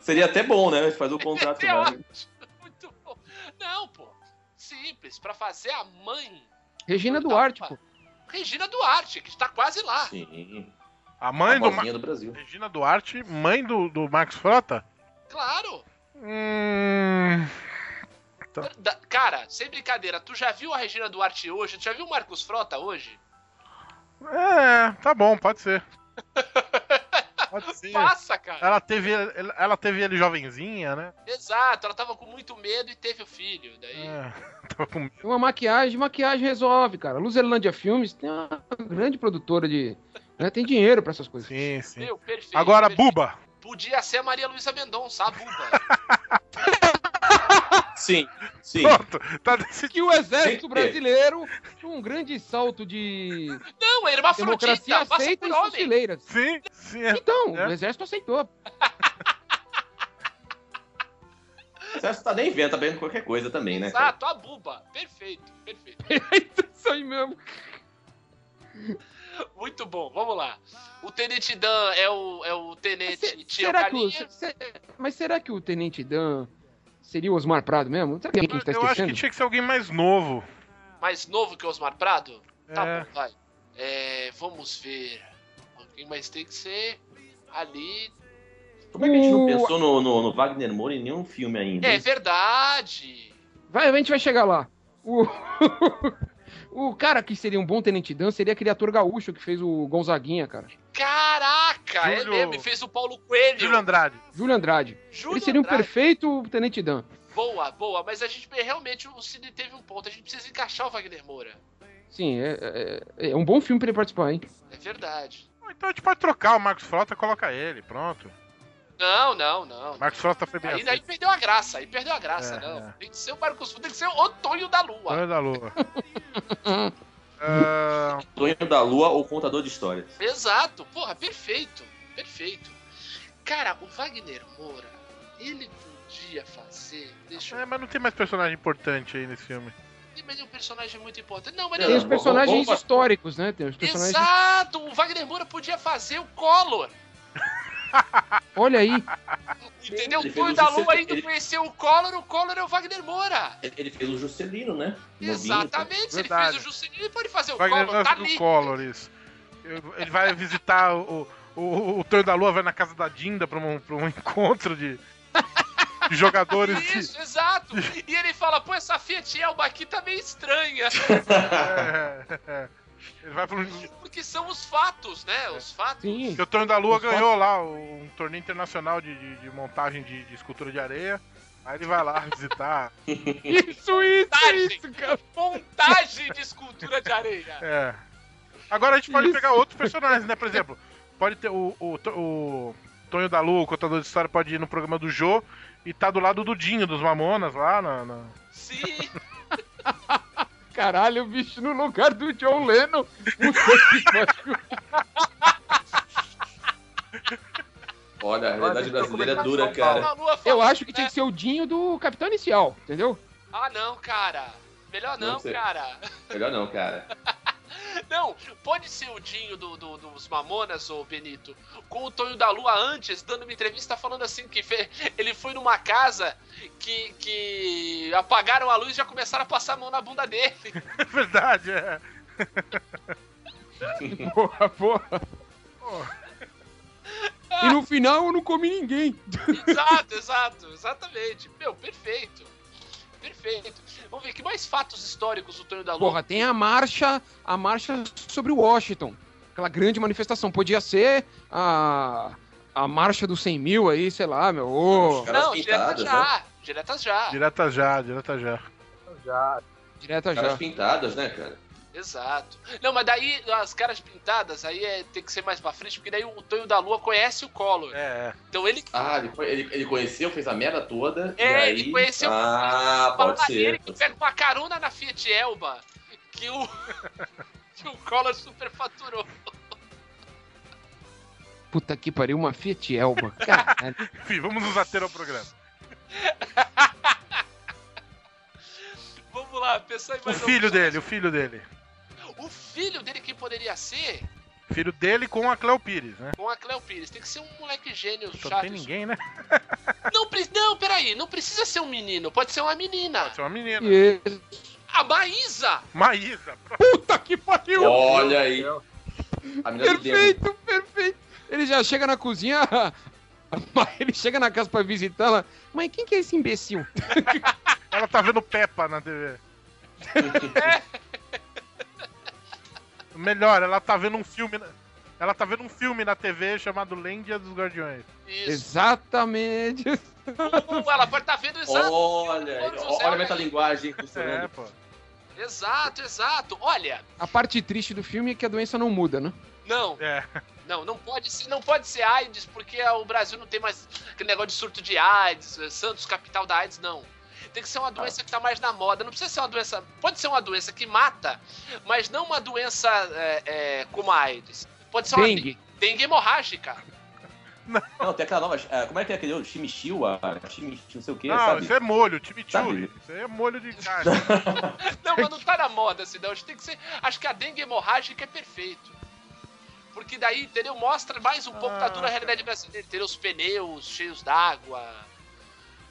Speaker 4: Seria até bom, né? Faz o contrato
Speaker 1: É
Speaker 4: com ela.
Speaker 1: ótimo. Muito bom. Não, pô. Simples, pra fazer a mãe.
Speaker 6: Regina
Speaker 1: Então,
Speaker 6: Duarte,
Speaker 1: pá.
Speaker 6: pô.
Speaker 1: Regina Duarte, que está quase lá.
Speaker 4: Sim.
Speaker 2: A
Speaker 4: A
Speaker 2: mãe do Ma-
Speaker 4: vozinha do Brasil.
Speaker 2: Regina Duarte, mãe do, do Max Frota?
Speaker 1: Claro.
Speaker 2: Hum.
Speaker 1: Da- Cara, sem brincadeira, tu já viu a Regina Duarte hoje? Tu já viu o Marcos Frota hoje?
Speaker 2: É, tá bom, pode ser. Pode ser.
Speaker 1: Passa, cara.
Speaker 2: Ela teve, ela ela teve ele jovenzinha, né?
Speaker 1: Exato, ela tava com muito medo e teve o filho. Daí.
Speaker 2: É, tava com medo.
Speaker 6: Uma maquiagem, maquiagem resolve, cara. Luzelândia Filmes tem uma grande produtora de. né, tem dinheiro pra essas coisas.
Speaker 2: Sim, sim.
Speaker 1: Meu, perfeito.
Speaker 2: Agora,
Speaker 1: perfeito.
Speaker 2: Buba.
Speaker 1: Podia ser a Maria Luísa Mendonça, a Buba.
Speaker 4: Sim, sim.
Speaker 2: Pronto, tá decidido.
Speaker 6: Que o Exército
Speaker 4: Sim.
Speaker 6: Brasileiro, um grande salto de
Speaker 1: Não, é
Speaker 6: democracia
Speaker 1: hermafrodita, passa por
Speaker 6: aceita em suas
Speaker 1: homem.
Speaker 6: fileiras.
Speaker 2: Sim, sim. é.
Speaker 6: Então,
Speaker 2: É.
Speaker 6: o Exército aceitou.
Speaker 4: Você acha que tá nem vendo, tá vendo qualquer coisa também, né? cara?
Speaker 1: Exato, a Buba. Perfeito, perfeito.
Speaker 6: Isso aí mesmo.
Speaker 1: Muito bom, vamos lá. O Tenente Dan é o, é o Tenente Tio
Speaker 6: Será que o,
Speaker 1: Carlinhos.
Speaker 6: se- mas será que o Tenente Dan seria o Osmar Prado mesmo? Será que é quem a gente tá
Speaker 2: Eu acho que
Speaker 6: esquecendo?
Speaker 2: tinha que ser alguém mais novo.
Speaker 1: Mais novo que o Osmar Prado? Tá
Speaker 2: É.
Speaker 1: bom, vai. É, vamos ver. Alguém mais tem que ser ali.
Speaker 4: Como é que a gente não
Speaker 6: O-
Speaker 4: pensou no, no, no Wagner Moura em nenhum filme ainda?
Speaker 1: É
Speaker 4: hein?
Speaker 1: verdade.
Speaker 6: Vai, a gente vai chegar lá. O... o cara que seria um bom Tenente Dan seria aquele ator gaúcho que fez o Gonzaguinha, cara.
Speaker 1: Caraca,
Speaker 2: Júlio-
Speaker 1: é mesmo. e Fez o Paulo Coelho.
Speaker 2: Júlio Andrade.
Speaker 6: Júlio Andrade.
Speaker 1: Júlio
Speaker 6: Ele seria um
Speaker 1: Andrade.
Speaker 6: perfeito Tenente Dan.
Speaker 1: Boa, boa. Mas a gente é, realmente, o Cine teve um ponto. A gente precisa encaixar o Wagner Moura.
Speaker 6: Sim, é, é- é um bom filme pra ele participar, hein?
Speaker 1: É verdade.
Speaker 2: Ou Então a gente pode trocar o Max Frota e coloca ele, pronto.
Speaker 1: Não, não, não.
Speaker 2: Marcos Frota foi bem
Speaker 1: Aí, aí
Speaker 2: aceito.
Speaker 1: perdeu a graça, aí perdeu a graça,
Speaker 2: É,
Speaker 1: não.
Speaker 2: é.
Speaker 1: Tem que ser o Marcos Fu- tem que ser o Antônio da Lua.
Speaker 2: Olha da lua. Ah,
Speaker 4: Tonho da Lua ou Contador de Histórias?
Speaker 1: Exato, porra, perfeito, perfeito. Cara, o Wagner Moura, ele podia fazer. Deixa
Speaker 2: é,
Speaker 1: eu
Speaker 2: mas não tem mais personagem importante aí nesse filme.
Speaker 1: ver, mas é um personagem muito importante. Não, mas
Speaker 4: Não,
Speaker 6: Tem
Speaker 1: ele-
Speaker 6: os personagens
Speaker 4: opa.
Speaker 6: históricos, né? Tem os personagens.
Speaker 1: Exato, o Wagner Moura podia fazer o Collor.
Speaker 6: Olha aí.
Speaker 1: Entendeu?
Speaker 4: Ele
Speaker 1: O
Speaker 4: fez
Speaker 1: Tonho
Speaker 4: o
Speaker 1: da
Speaker 4: Jusce-
Speaker 1: Lua ainda
Speaker 4: ele-
Speaker 1: conheceu o Collor, o Collor é o Wagner Moura.
Speaker 4: Ele- Ele fez o Juscelino, né? Novinho,
Speaker 1: Exatamente, se ele fez
Speaker 2: Verdade.
Speaker 1: o Juscelino, ele pode fazer o
Speaker 2: Wagner
Speaker 1: Collor, tá
Speaker 2: Moura do
Speaker 1: ali.
Speaker 2: Collor, isso. Eu- Ele vai visitar o, o, o, o Tonho da Lua, vai na casa da Dinda pra um, pra um encontro de, de jogadores. de-
Speaker 1: Isso, exato. E ele fala, pô, essa Fiat Elba aqui tá meio estranha.
Speaker 2: É, é. Ele vai pra um.
Speaker 1: Porque são os fatos, né? Os fatos.
Speaker 6: Sim.
Speaker 2: que o Tonho da Lua
Speaker 6: Os fatos-
Speaker 2: ganhou lá o- um torneio internacional de, de, de montagem de, de escultura de areia. Aí ele vai lá visitar.
Speaker 6: Isso, isso,
Speaker 1: Montagem.
Speaker 6: isso, cara.
Speaker 1: Montagem de escultura de areia.
Speaker 2: É. Agora a gente pode
Speaker 6: Isso.
Speaker 2: pegar outros personagens, né? Por exemplo, pode ter o, o, o Tonho da Lua, o contador de história, pode ir no programa do Jô e tá do lado do Dinho, dos Mamonas, lá na. na-
Speaker 1: Sim,
Speaker 6: Caralho, o bicho no lugar do John Lennon. Puta que pariu.
Speaker 4: Olha, a realidade
Speaker 5: Olha,
Speaker 4: brasileira é
Speaker 5: documentação,
Speaker 4: dura,
Speaker 1: Tonho
Speaker 4: cara.
Speaker 1: da Lua
Speaker 6: Eu
Speaker 1: falou,
Speaker 6: acho que
Speaker 1: né?
Speaker 6: tinha que ser o Dinho do Capitão Inicial, entendeu?
Speaker 1: Ah, não, cara. Melhor não,
Speaker 4: Não sei.
Speaker 1: cara.
Speaker 4: Melhor não, cara.
Speaker 1: Não, pode ser o Dinho do, do- dos Mamonas, ô Benito, com o Tonho da Lua antes, dando uma entrevista falando assim que fe- ele foi numa casa que, que apagaram a luz e já começaram a passar a mão na bunda dele.
Speaker 2: É verdade, é.
Speaker 6: Porra, porra. E no final eu não comi ninguém.
Speaker 1: exato, exato, exatamente. Meu, perfeito. Perfeito. Vamos ver que mais fatos históricos o Tonho da Lua.
Speaker 6: Porra, tem a marcha, a marcha sobre Washington. Aquela grande manifestação. Podia ser a, a marcha dos 100 mil aí, sei lá, meu. ô.
Speaker 1: Não, diretas já. Diretas já.
Speaker 2: Direta já, direta já.
Speaker 5: Já.
Speaker 6: Direta
Speaker 4: Caras
Speaker 6: já.
Speaker 4: pintadas, né, cara?
Speaker 1: Exato. Não, mas daí as caras pintadas aí é- tem que ser mais pra frente, porque daí o Tonho da Lua conhece o Collor.
Speaker 2: É,
Speaker 1: Então ele.
Speaker 4: Ah, ele, foi- ele, ele conheceu, fez a merda toda.
Speaker 1: É,
Speaker 4: e aí...
Speaker 1: ele conheceu-
Speaker 4: Ah, pode
Speaker 1: fala dele
Speaker 4: ser.
Speaker 1: que pega uma carona na Fiat Elba que o. que o Collor superfaturou.
Speaker 6: Puta que pariu, uma Fiat Elba. Caralho.
Speaker 2: Enfim, vamos nos ater ao programa.
Speaker 1: Vamos lá, pensar em
Speaker 2: O
Speaker 1: mais
Speaker 2: filho
Speaker 1: algum-
Speaker 2: dele, o filho dele.
Speaker 1: O filho dele que poderia ser
Speaker 2: Filho dele com a Cleo Pires, né?
Speaker 1: com a Cleo Pires. Tem que ser um moleque gênio
Speaker 4: Então
Speaker 2: Só não
Speaker 1: chato.
Speaker 2: tem ninguém, né?
Speaker 1: Não, pre- não, peraí, não precisa ser um menino, pode ser uma menina.
Speaker 2: Pode ser uma menina.
Speaker 6: Isso.
Speaker 1: A Maísa!
Speaker 2: Maísa.
Speaker 6: Puta que pariu!
Speaker 4: Olha aí. A menina do demo.
Speaker 6: Perfeito, perfeito. Ele já chega na cozinha, ele chega na casa pra visitá-la. Mãe, quem que é esse imbecil?
Speaker 2: Ela tá vendo Peppa na TV. Melhor, ela tá vendo um filme. na- Ela tá vendo um filme na TV chamado Lêndia dos Guardiões.
Speaker 1: Isso.
Speaker 6: Exatamente.
Speaker 1: Ou ela pode estar vendo exato.
Speaker 4: Olha aí.
Speaker 1: Todos os
Speaker 4: Olha a
Speaker 1: heróis.
Speaker 4: metalinguagem funcionando.
Speaker 2: É, pô.
Speaker 1: Exato, exato. Olha,
Speaker 6: A parte triste do filme é que a doença não muda, né?
Speaker 1: não,
Speaker 2: É.
Speaker 1: não, não pode ser, não pode ser AIDS, porque ah, o Brasil não tem mais aquele negócio de surto de AIDS, eh, Santos, capital da AIDS, não. Tem que ser uma doença que tá mais na moda. Não precisa ser uma doença. Pode ser uma doença que mata, mas não uma doença é, é, como a AIDS. Pode ser uma
Speaker 6: Dengue.
Speaker 1: dengue hemorrágica.
Speaker 4: Não, tem aquela nova. ah, Como é que é aquele outro? Chimichua? Chimichua, não sei o quê,
Speaker 2: não,
Speaker 4: sabe?
Speaker 2: isso é molho, chimichurri.
Speaker 4: Sabe?
Speaker 2: Isso aí é molho de carne.
Speaker 1: Não, mas não tá na moda, assim, não. Acho que tem que ser. Acho que a dengue hemorrágica é perfeito. Porque daí, entendeu? Mostra mais um pouco da dura realidade brasileira. Entendeu? Os pneus cheios d'água.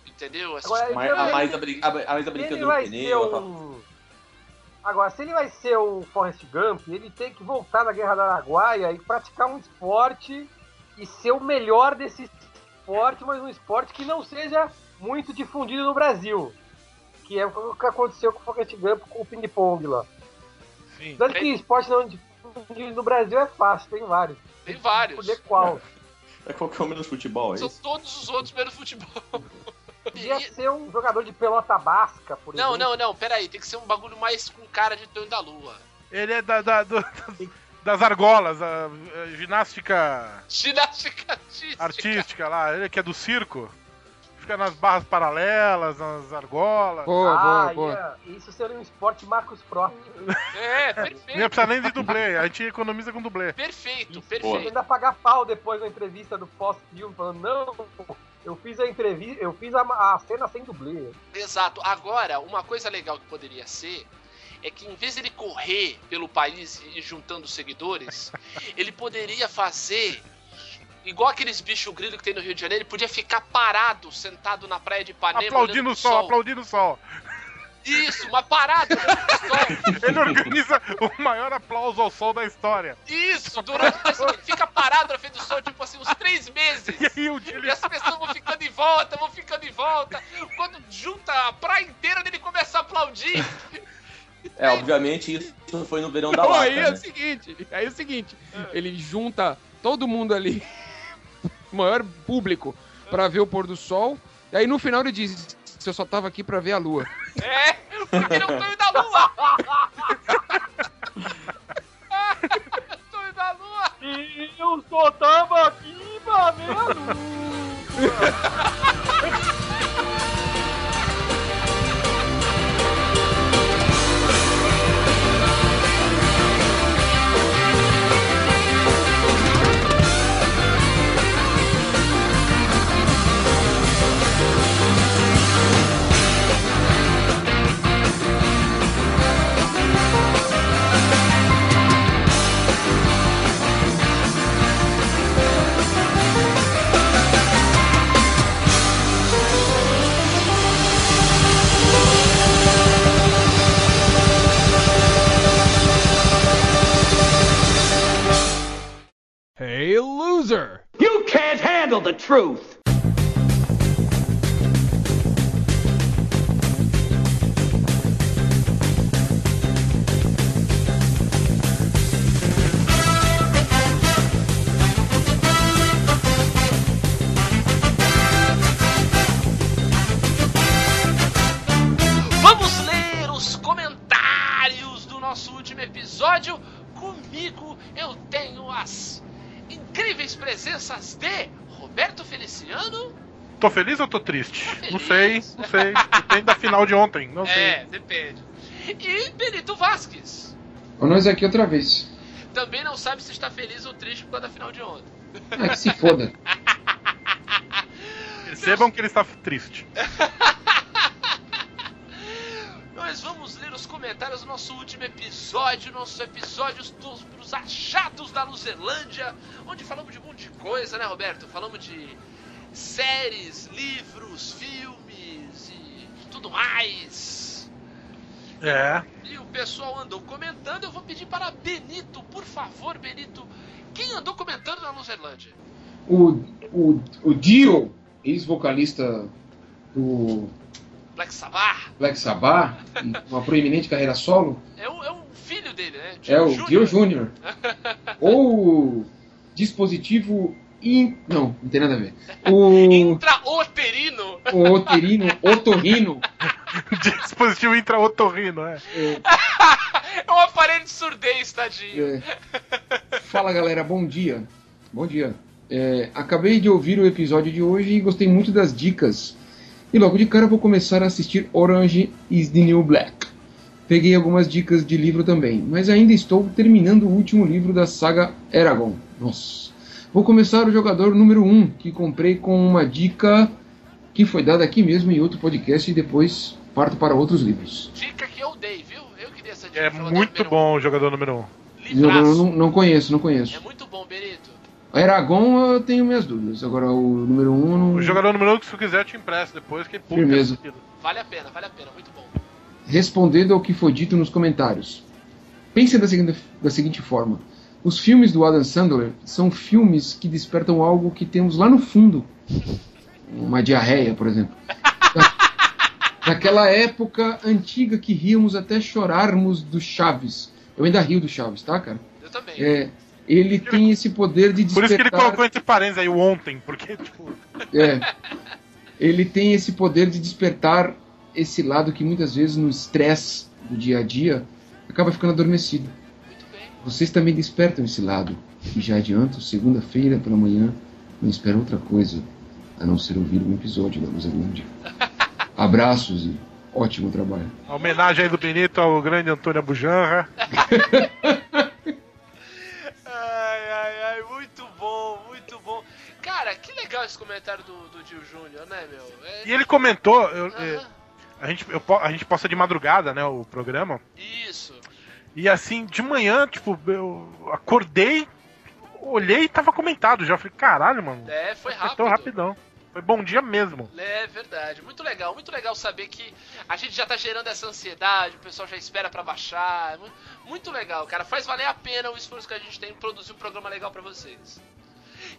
Speaker 1: Entendeu? Essas
Speaker 5: Agora,
Speaker 4: Mar-
Speaker 5: então,
Speaker 4: a
Speaker 5: ele-
Speaker 4: Maísa brin- a- a Maísa
Speaker 5: se ele
Speaker 4: brincando no
Speaker 5: vai ser
Speaker 4: pneu. ela-
Speaker 5: um. Agora, se ele vai ser um Forrest Gump, ele tem que voltar da Guerra da Araguaia e praticar um esporte e ser o melhor desse esporte, mas um esporte que não seja muito difundido no Brasil. Que é o que aconteceu com o Forrest Gump com o ping-pong lá.
Speaker 2: Sim.
Speaker 5: Tanto que esporte não difundido no Brasil é fácil, tem vários.
Speaker 1: Tem vários.
Speaker 5: Escolher qual.
Speaker 4: É qualquer um menos futebol, é
Speaker 1: São
Speaker 4: isso?
Speaker 1: todos os outros pelo futebol.
Speaker 5: Podia ser um jogador de pelota basca, por
Speaker 1: Não,
Speaker 5: exemplo.
Speaker 1: não, não. Pera aí. Tem que ser um bagulho mais com cara de Tonho da Lua.
Speaker 2: Ele é da, da- do- das argolas, a, a ginástica
Speaker 1: Ginástica artística.
Speaker 2: artística lá. Ele que é do circo. Fica nas barras paralelas, nas argolas.
Speaker 6: Boa, boa,
Speaker 5: ah,
Speaker 6: boa.
Speaker 5: ia- isso seria um esporte Marcos Pro.
Speaker 1: É,
Speaker 2: Nem
Speaker 1: perfeito.
Speaker 2: precisa nem de dublê, a gente economiza com dublê.
Speaker 1: Perfeito,
Speaker 4: Boa.
Speaker 1: perfeito.
Speaker 5: Ainda pagar pau depois da entrevista do pós-filme, falando, não, eu fiz a entrevista, eu fiz a, a cena sem dublê.
Speaker 1: Exato. Agora, uma coisa legal que poderia ser é que em vez dele correr pelo país e ir juntando seguidores, ele poderia fazer igual aqueles bicho grilo que tem no Rio de Janeiro, ele podia ficar parado, sentado na praia de Ipanema,
Speaker 2: Aplaudindo
Speaker 1: olhando
Speaker 2: o sol, aplaudindo o sol.
Speaker 1: Isso, mas parado, olhando pro sol.
Speaker 2: Ele organiza o maior aplauso ao sol da história.
Speaker 1: Isso, durante mas ele fica parado na frente do sol, tipo assim, uns três meses.
Speaker 2: E aí o dia
Speaker 1: E
Speaker 2: ele
Speaker 1: as pessoas vão ficando em volta, vão ficando em volta. Quando junta a praia inteira dele começa a aplaudir.
Speaker 4: É, obviamente isso foi no verão da
Speaker 6: Não,
Speaker 4: lata,
Speaker 6: aí é o
Speaker 4: né? Ah.
Speaker 6: seguinte, aí é o seguinte, ele junta todo mundo ali, o maior público, pra ver o pôr do sol, e aí no final ele diz, eu só tava aqui pra ver a lua.
Speaker 1: É, porque ele é o Tonho da Lua! Tonho da Lua!
Speaker 5: E eu só tava aqui pra ver a luz.
Speaker 6: Hey, loser!
Speaker 1: último episódio. Comigo eu tenho as incríveis presenças de Roberto Feliciano.
Speaker 2: Tô feliz ou tô triste? Não sei, não sei. Depende da final de ontem, não sei.
Speaker 1: É, depende. E Benito Vasquez.
Speaker 6: Ó, nós é aqui outra vez.
Speaker 1: Também não sabe se está feliz ou triste por causa da final de ontem.
Speaker 6: Ah, que se foda.
Speaker 2: Percebam que ele está triste.
Speaker 1: Nós vamos ler os comentários do nosso último episódio, nossos episódios dos dos achados da Luzelândia, onde falamos de um monte de coisa, né, Roberto? Falamos de séries, livros, filmes e tudo mais.
Speaker 2: É.
Speaker 1: E o pessoal andou comentando, eu vou pedir para Benito, por favor, Benito, quem andou comentando na Luzelândia?
Speaker 6: O, o, o Dio, ex-vocalista do
Speaker 1: Black Sabbath?
Speaker 6: Black Sabbath, uma proeminente carreira solo,
Speaker 1: É o, é o filho dele, né?
Speaker 6: é o
Speaker 1: Júnior.
Speaker 6: Dio Jr. Ou o dispositivo. In... Não, não tem nada a ver. O,
Speaker 1: Intraoterino.
Speaker 6: o oterino, otorrino.
Speaker 2: Dispositivo intraotorrino, é.
Speaker 1: É um aparelho de surdez, tadinho.
Speaker 6: É. Fala galera, bom dia. Bom dia. É, acabei de ouvir o episódio de hoje e gostei muito das dicas. E logo de cara vou começar a assistir Orange is the New Black. Peguei algumas dicas de livro também, mas ainda estou terminando o último livro da saga Eragon. Nossa. Vou começar o jogador número 1, que comprei com uma dica que foi dada aqui mesmo em outro podcast e depois parto para outros livros.
Speaker 1: Dica que eu dei, viu? Eu queria essa dica.
Speaker 2: É
Speaker 1: pela
Speaker 2: muito
Speaker 1: número
Speaker 2: bom o jogador número 1. Um.
Speaker 1: um.
Speaker 6: Jogador eu
Speaker 1: Livraço.
Speaker 6: não, não conheço, não conheço.
Speaker 1: É muito bom, Benito.
Speaker 6: A Eragon eu tenho minhas dúvidas. Agora o número 1 um,
Speaker 2: O
Speaker 6: não...
Speaker 2: jogador número 1, um, que se quiser, eu te empresto depois, que é público.
Speaker 6: Firmeza.
Speaker 1: Vale a pena, vale a pena, muito bom.
Speaker 6: respondendo ao que foi dito nos comentários. Pense da seguinte, da seguinte forma: os filmes do Adam Sandler são filmes que despertam algo que temos lá no fundo, uma diarreia, por exemplo. Da- Daquela época antiga que ríamos até chorarmos do Chaves. Eu ainda rio do Chaves, tá, cara?
Speaker 1: Eu também.
Speaker 6: É, ele tem esse poder de
Speaker 2: Por
Speaker 6: despertar.
Speaker 2: isso que ele colocou entre parênteses aí o ontem, porque, tipo,
Speaker 6: É. Ele tem esse poder de despertar esse lado que muitas vezes no estresse do dia a dia acaba ficando adormecido.
Speaker 1: Muito bem.
Speaker 6: Vocês também despertam esse lado. E já adianto, segunda-feira pela manhã, não espero outra coisa a não ser ouvir um episódio da Luzerlândia. Abraços e ótimo trabalho.
Speaker 2: a homenagem aí do Benito ao grande Antônio Abujanra.
Speaker 1: Ai, ai, ai, muito bom, muito bom. Cara, que legal esse comentário do, do Dio Júnior, né, meu? É-
Speaker 2: E ele comentou, eu- eu-
Speaker 1: Aham.
Speaker 2: a, gente, eu po- a gente posta de madrugada, né, o programa.
Speaker 1: Isso.
Speaker 2: E assim, de manhã, tipo, eu acordei, olhei e tava comentado já. Falei, caralho, mano.
Speaker 1: É, foi rápido.
Speaker 2: Acertou rapidão. Foi bom dia mesmo.
Speaker 1: É verdade, muito legal, muito legal saber que a gente já tá gerando essa ansiedade, o pessoal já espera pra baixar. é mu- Muito legal, cara, faz valer a pena o esforço que a gente tem em produzir um programa legal pra vocês.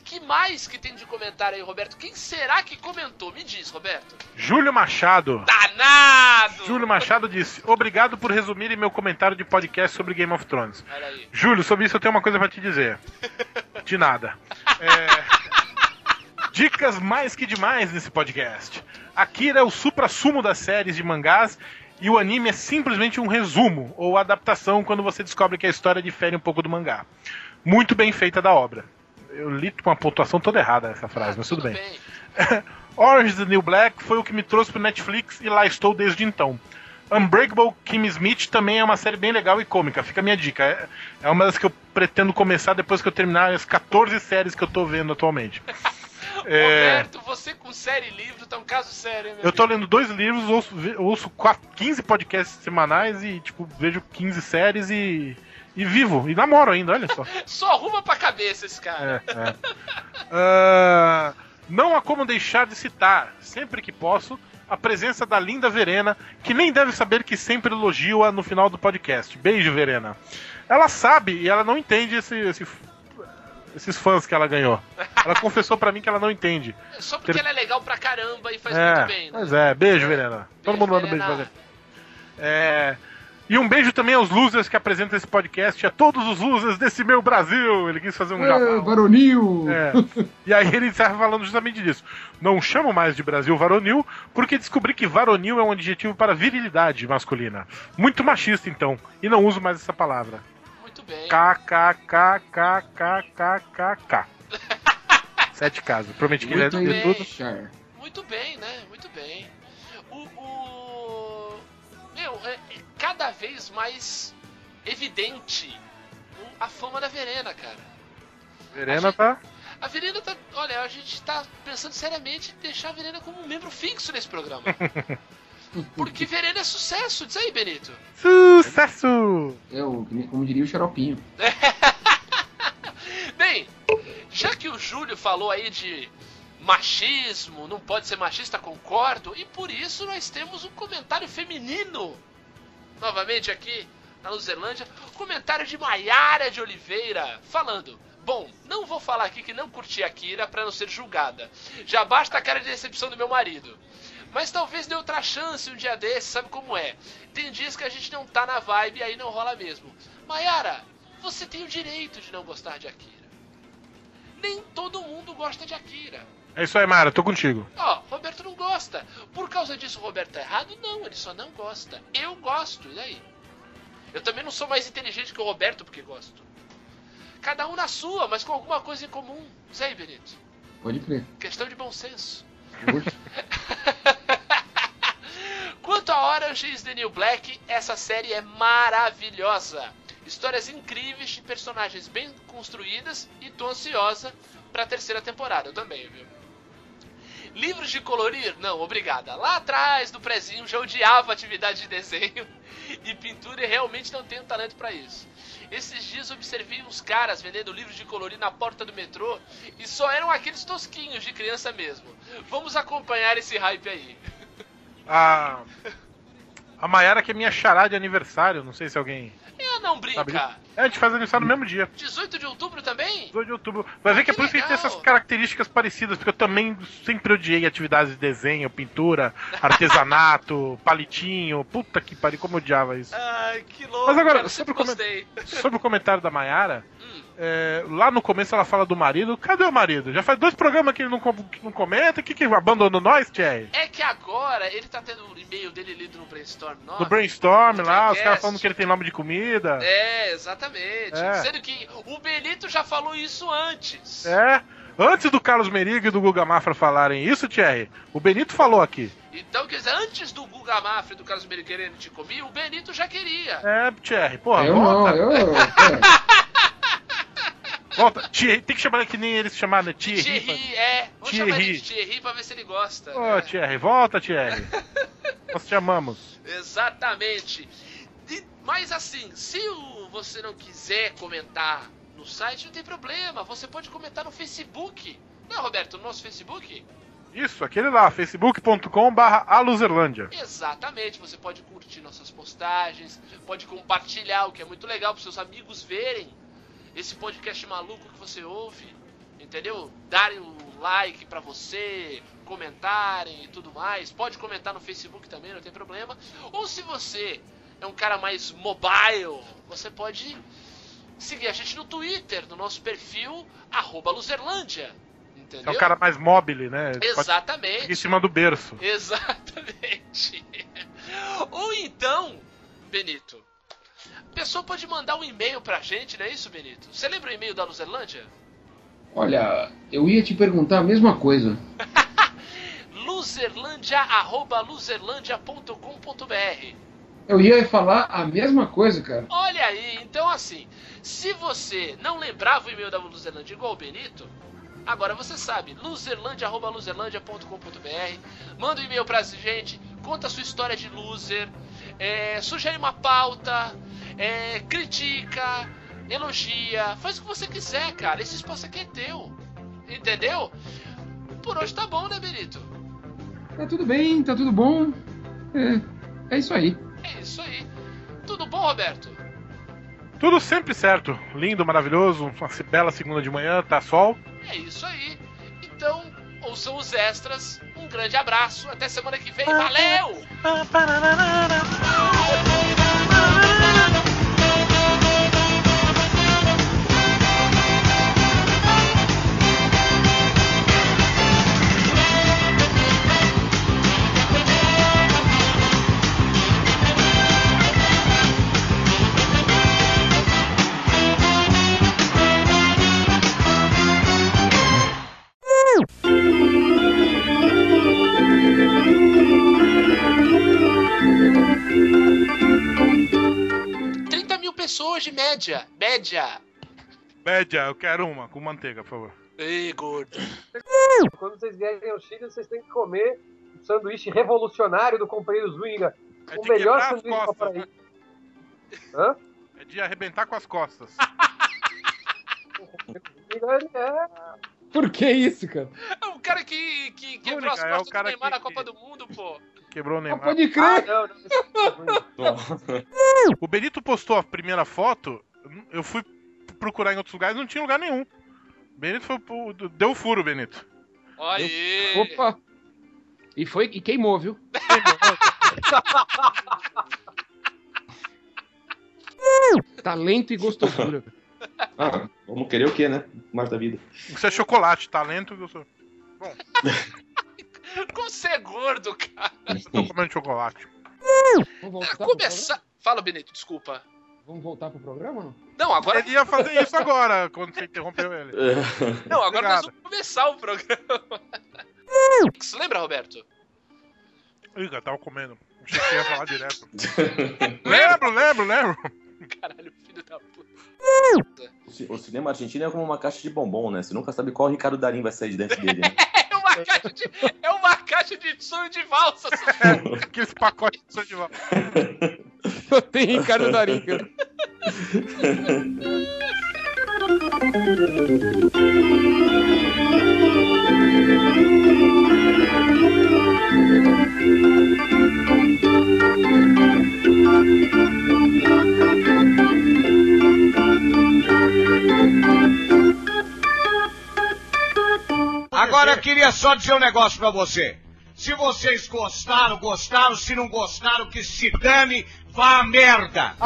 Speaker 1: Que mais que tem de comentário aí, Roberto? Quem será que comentou? Me diz, Roberto.
Speaker 2: Júlio Machado.
Speaker 1: Danado!
Speaker 2: Júlio Machado disse: Obrigado por resumirem meu comentário de podcast sobre Game of Thrones.
Speaker 1: Olha aí.
Speaker 2: Júlio, sobre isso eu tenho uma coisa pra te dizer. De nada. É, Dicas mais que demais nesse podcast. Akira é o supra-sumo das séries de mangás e o anime é simplesmente um resumo ou adaptação quando você descobre que a história difere um pouco do mangá. Muito bem feita da obra. Eu li com uma pontuação toda errada essa frase,
Speaker 1: Ah,
Speaker 2: mas tudo bem. Orange is the New Black foi o que me trouxe pro Netflix e lá estou desde então. Unbreakable Kim Smith também é uma série bem legal e cômica, fica a minha dica. É- É uma das que eu pretendo começar depois que eu terminar as 14 séries que eu tô vendo atualmente. É,
Speaker 1: Roberto, você com série e livro tá um caso sério, hein, meu
Speaker 2: eu tô
Speaker 1: amigo?
Speaker 2: lendo dois livros, ouço, ve- ouço quatro- 15 podcasts semanais e, tipo, vejo 15 séries e, e vivo. E namoro ainda, olha só.
Speaker 1: Só arruma pra cabeça esse cara.
Speaker 2: É, é. Ah, não há como deixar de citar, sempre que posso, a presença da linda Verena, que nem deve saber que sempre elogio-a no final do podcast. Beijo, Verena. Ela sabe e ela não entende esse- esse- esses fãs que ela ganhou. Ela confessou pra mim que ela não entende.
Speaker 1: Só porque
Speaker 2: Ter-
Speaker 1: ela é legal pra caramba e faz
Speaker 2: é,
Speaker 1: muito bem, né?
Speaker 2: Pois é, beijo, Verena. Todo
Speaker 1: Beijo,
Speaker 2: mundo manda um beijo
Speaker 1: Verena.
Speaker 2: pra Verena. É, E um beijo também aos losers que apresentam esse podcast, a todos os losers desse meu Brasil. Ele quis fazer um jabá.
Speaker 6: Baronil!
Speaker 2: É. E aí ele encerra falando justamente disso. Não chamo mais de Brasil varonil, porque descobri que varonil é um adjetivo para virilidade masculina. Muito machista, então. E não uso mais essa palavra.
Speaker 1: Muito bem.
Speaker 2: KKKKKKKK. Sete casos. Prometi que ele ia
Speaker 1: Muito
Speaker 2: ler
Speaker 1: bem.
Speaker 2: tudo.
Speaker 1: Muito bem, né? Muito bem. O. o- Meu, é, é cada vez mais evidente o- a fama da Verena, cara.
Speaker 2: Verena tá.
Speaker 1: A Verena tá. Olha, a gente tá pensando seriamente em deixar a Verena como um membro fixo nesse programa. Porque Verena é sucesso, diz aí, Benito.
Speaker 2: Sucesso!
Speaker 6: É, o, como diria o xaropinho.
Speaker 1: Bem, já que o Júlio falou aí de machismo, não pode ser machista, concordo, e por isso nós temos um comentário feminino novamente aqui na Luzerlândia. Comentário de Maiara de Oliveira falando. Bom, não vou falar aqui que não curti a Kira pra não ser julgada. Já basta a cara de decepção do meu marido. Mas talvez dê outra chance um dia desse, sabe como é? Tem dias que a gente não tá na vibe e aí não rola mesmo. Maiara, você tem o direito de não gostar de Akira. Nem todo mundo gosta de Akira.
Speaker 2: É isso aí, Mara, tô contigo.
Speaker 1: Ó, Roberto não gosta. Por causa disso, o Roberto tá errado? Não, ele só não gosta. Eu gosto, e daí? Eu também não sou mais inteligente que o Roberto porque gosto. Cada um na sua, mas com alguma coisa em comum. Isso aí, Benito.
Speaker 6: Pode crer.
Speaker 1: Questão de bom senso.
Speaker 6: Justo.
Speaker 1: Quanto a Orange is the New Black, essa série é maravilhosa. Histórias incríveis de personagens bem construídas e tô ansiosa pra terceira temporada também, viu? Livros de colorir? Não, obrigada. Lá atrás, do prezinho, já odiava atividade de desenho e pintura e realmente não tenho talento pra isso. Esses dias observei uns caras vendendo livros de colorir na porta do metrô e só eram aqueles tosquinhos de criança mesmo. Vamos acompanhar esse hype aí.
Speaker 2: A. A Maiara que é minha xará de aniversário, não sei se alguém
Speaker 1: Eu não
Speaker 2: sabe.
Speaker 1: brinca.
Speaker 2: disso. É, a gente faz aniversário no mesmo dia.
Speaker 1: 18 de outubro também?
Speaker 2: 2 de outubro. Vai ver que é por isso que a gente tem
Speaker 1: legal.
Speaker 2: essas características parecidas, porque eu também sempre odiei atividades de desenho, pintura, artesanato, palitinho. Puta que pariu, como eu odiava isso.
Speaker 1: Ai, que louco.
Speaker 2: Mas agora,
Speaker 1: cara, eu
Speaker 2: sobre
Speaker 1: sempre
Speaker 2: o comen-
Speaker 1: gostei.
Speaker 2: Sobre o comentário da Mayara,
Speaker 1: Hum.
Speaker 2: é, lá no começo ela fala do marido. Cadê o marido? Já faz dois programas que ele não, com- que não comenta. Que que abandonou nós, Thierry?
Speaker 1: É que agora ele tá tendo o e-mail dele lido no brainstorm nosso.
Speaker 2: Do brainstorm lá, os
Speaker 1: Ah, Dreamcast.
Speaker 2: caras falando que ele tem nome de comida.
Speaker 1: É, exatamente.
Speaker 2: É.
Speaker 1: Sendo que o Benito já falou isso antes.
Speaker 2: É. Antes do Carlos Merigo e do Guga Mafra falarem isso, Thierry, o Benito falou aqui.
Speaker 1: Então, quer dizer, antes do Guga Mafra e do Carlos Merigo querendo te comer, o Benito já queria.
Speaker 2: É, Thierry, porra,
Speaker 6: eu não,
Speaker 2: volta.
Speaker 6: eu. é.
Speaker 2: Volta. Thierry, tem que chamar que nem eles chamaram, né? Thierry.
Speaker 1: Thierry, é. Vamos
Speaker 2: Thierry.
Speaker 1: chamar ele de Thierry pra ver se ele gosta.
Speaker 2: Ô,
Speaker 1: né?
Speaker 2: Thierry, volta, Thierry. Nós te amamos.
Speaker 1: Exatamente. E- mas assim, se o- você não quiser comentar no site, não tem problema. Você pode comentar no Facebook. Não, Roberto, no nosso Facebook?
Speaker 2: Isso, aquele lá, facebook.com.br aluzerlândia. É
Speaker 1: Exatamente. Você pode curtir nossas postagens, pode compartilhar, o que é muito legal para seus amigos verem esse podcast maluco que você ouve, entendeu? Darem um like pra você, comentarem e tudo mais. Pode comentar no Facebook também, não tem problema. Ou se você é um cara mais mobile, você pode seguir a gente no Twitter, no nosso perfil, arroba Luzerlândia.
Speaker 2: É
Speaker 1: Entendeu?
Speaker 2: o cara mais mobile, né? Pode
Speaker 1: Exatamente.
Speaker 2: ficar em cima do berço.
Speaker 1: Exatamente. Ou então, Benito, a pessoa pode mandar um e-mail pra gente, não é isso, Benito? Você lembra o e-mail da Luzerlândia?
Speaker 6: Olha, eu ia te perguntar a mesma coisa.
Speaker 1: Luzerlândia, arroba luzerlândia.com.br
Speaker 6: Eu ia falar a mesma coisa, cara.
Speaker 1: Olha aí, então assim, se você não lembrava o e-mail da Luzerlândia igual o Benito, agora você sabe, luzerlandia.luzerlandia.com.br Manda um e-mail pra gente, conta a sua história de loser, é, sugere uma pauta, é, critica, elogia, faz o que você quiser, cara, esse espaço aqui é teu, entendeu? Por hoje tá bom, né, Benito?
Speaker 6: Tá tudo bem, tá tudo bom. É, é isso aí.
Speaker 1: É isso aí. Tudo bom, Roberto?
Speaker 2: Tudo sempre certo. Lindo, maravilhoso. Uma bela segunda de manhã, tá sol.
Speaker 1: É isso aí. Então, ouçam os extras. Um grande abraço. Até semana que vem. Valeu! média, média.
Speaker 2: Média, eu quero uma, com manteiga, por favor.
Speaker 1: Ei, gordo.
Speaker 5: Quando vocês vierem ao Chile, vocês têm que comer o sanduíche revolucionário do companheiro Zwinga.
Speaker 2: É
Speaker 5: o
Speaker 2: de
Speaker 5: melhor
Speaker 2: quebrar as
Speaker 5: sanduíche do
Speaker 2: costas, né?"
Speaker 5: Paraíba. Hã?
Speaker 2: É de arrebentar com as costas.
Speaker 5: Ah, Zwinga é-
Speaker 6: Por que isso, cara?
Speaker 1: É o cara que, que quebrou as
Speaker 2: Mônica, é
Speaker 1: costas
Speaker 2: o cara
Speaker 1: do Neymar
Speaker 2: que-
Speaker 1: na Copa do Mundo, pô.
Speaker 2: Quebrou o Neymar.
Speaker 6: Pode
Speaker 5: Ah,
Speaker 6: crer.
Speaker 5: não, não, isso-
Speaker 2: O Benito postou a primeira foto, eu fui procurar em outros lugares, não tinha lugar nenhum. Benito foi pro- deu furo, Benito.
Speaker 1: Olha aí.
Speaker 6: Opa. E foi e queimou, viu? Talento e gostosura.
Speaker 4: Ah, vamos querer o quê, né? Mais da vida.
Speaker 2: Isso é chocolate, talento. Eu sou-
Speaker 1: Como você é gordo, cara.
Speaker 2: eu tô comendo chocolate.
Speaker 6: Vamos voltar, pro programa?
Speaker 1: Começar... Fala, Benito, desculpa.
Speaker 6: Vamos voltar pro programa ou não?
Speaker 1: Não, agora,
Speaker 2: Ele ia fazer isso agora, quando você interrompeu ele. é
Speaker 1: não, agora nós
Speaker 2: obrigado.
Speaker 1: vamos começar o programa. Você lembra, Roberto?
Speaker 2: Ih, eu tava comendo. Achei que ia falar direto. lembro, lembro, lembro.
Speaker 1: Caralho, filho da puta.
Speaker 4: O cinema argentino é como uma caixa de bombom, né? Você nunca sabe qual Ricardo Darim vai sair de dentro dele. Né?
Speaker 1: É uma caixa de, é uma caixa de sonho de valsa. assim.
Speaker 2: Aqueles pacotes de festival.
Speaker 6: Só tem Ricardo Darim, cara.
Speaker 10: Agora eu queria só dizer um negócio pra você. Se vocês gostaram, gostaram. Se não gostaram, que se dane, vá à merda.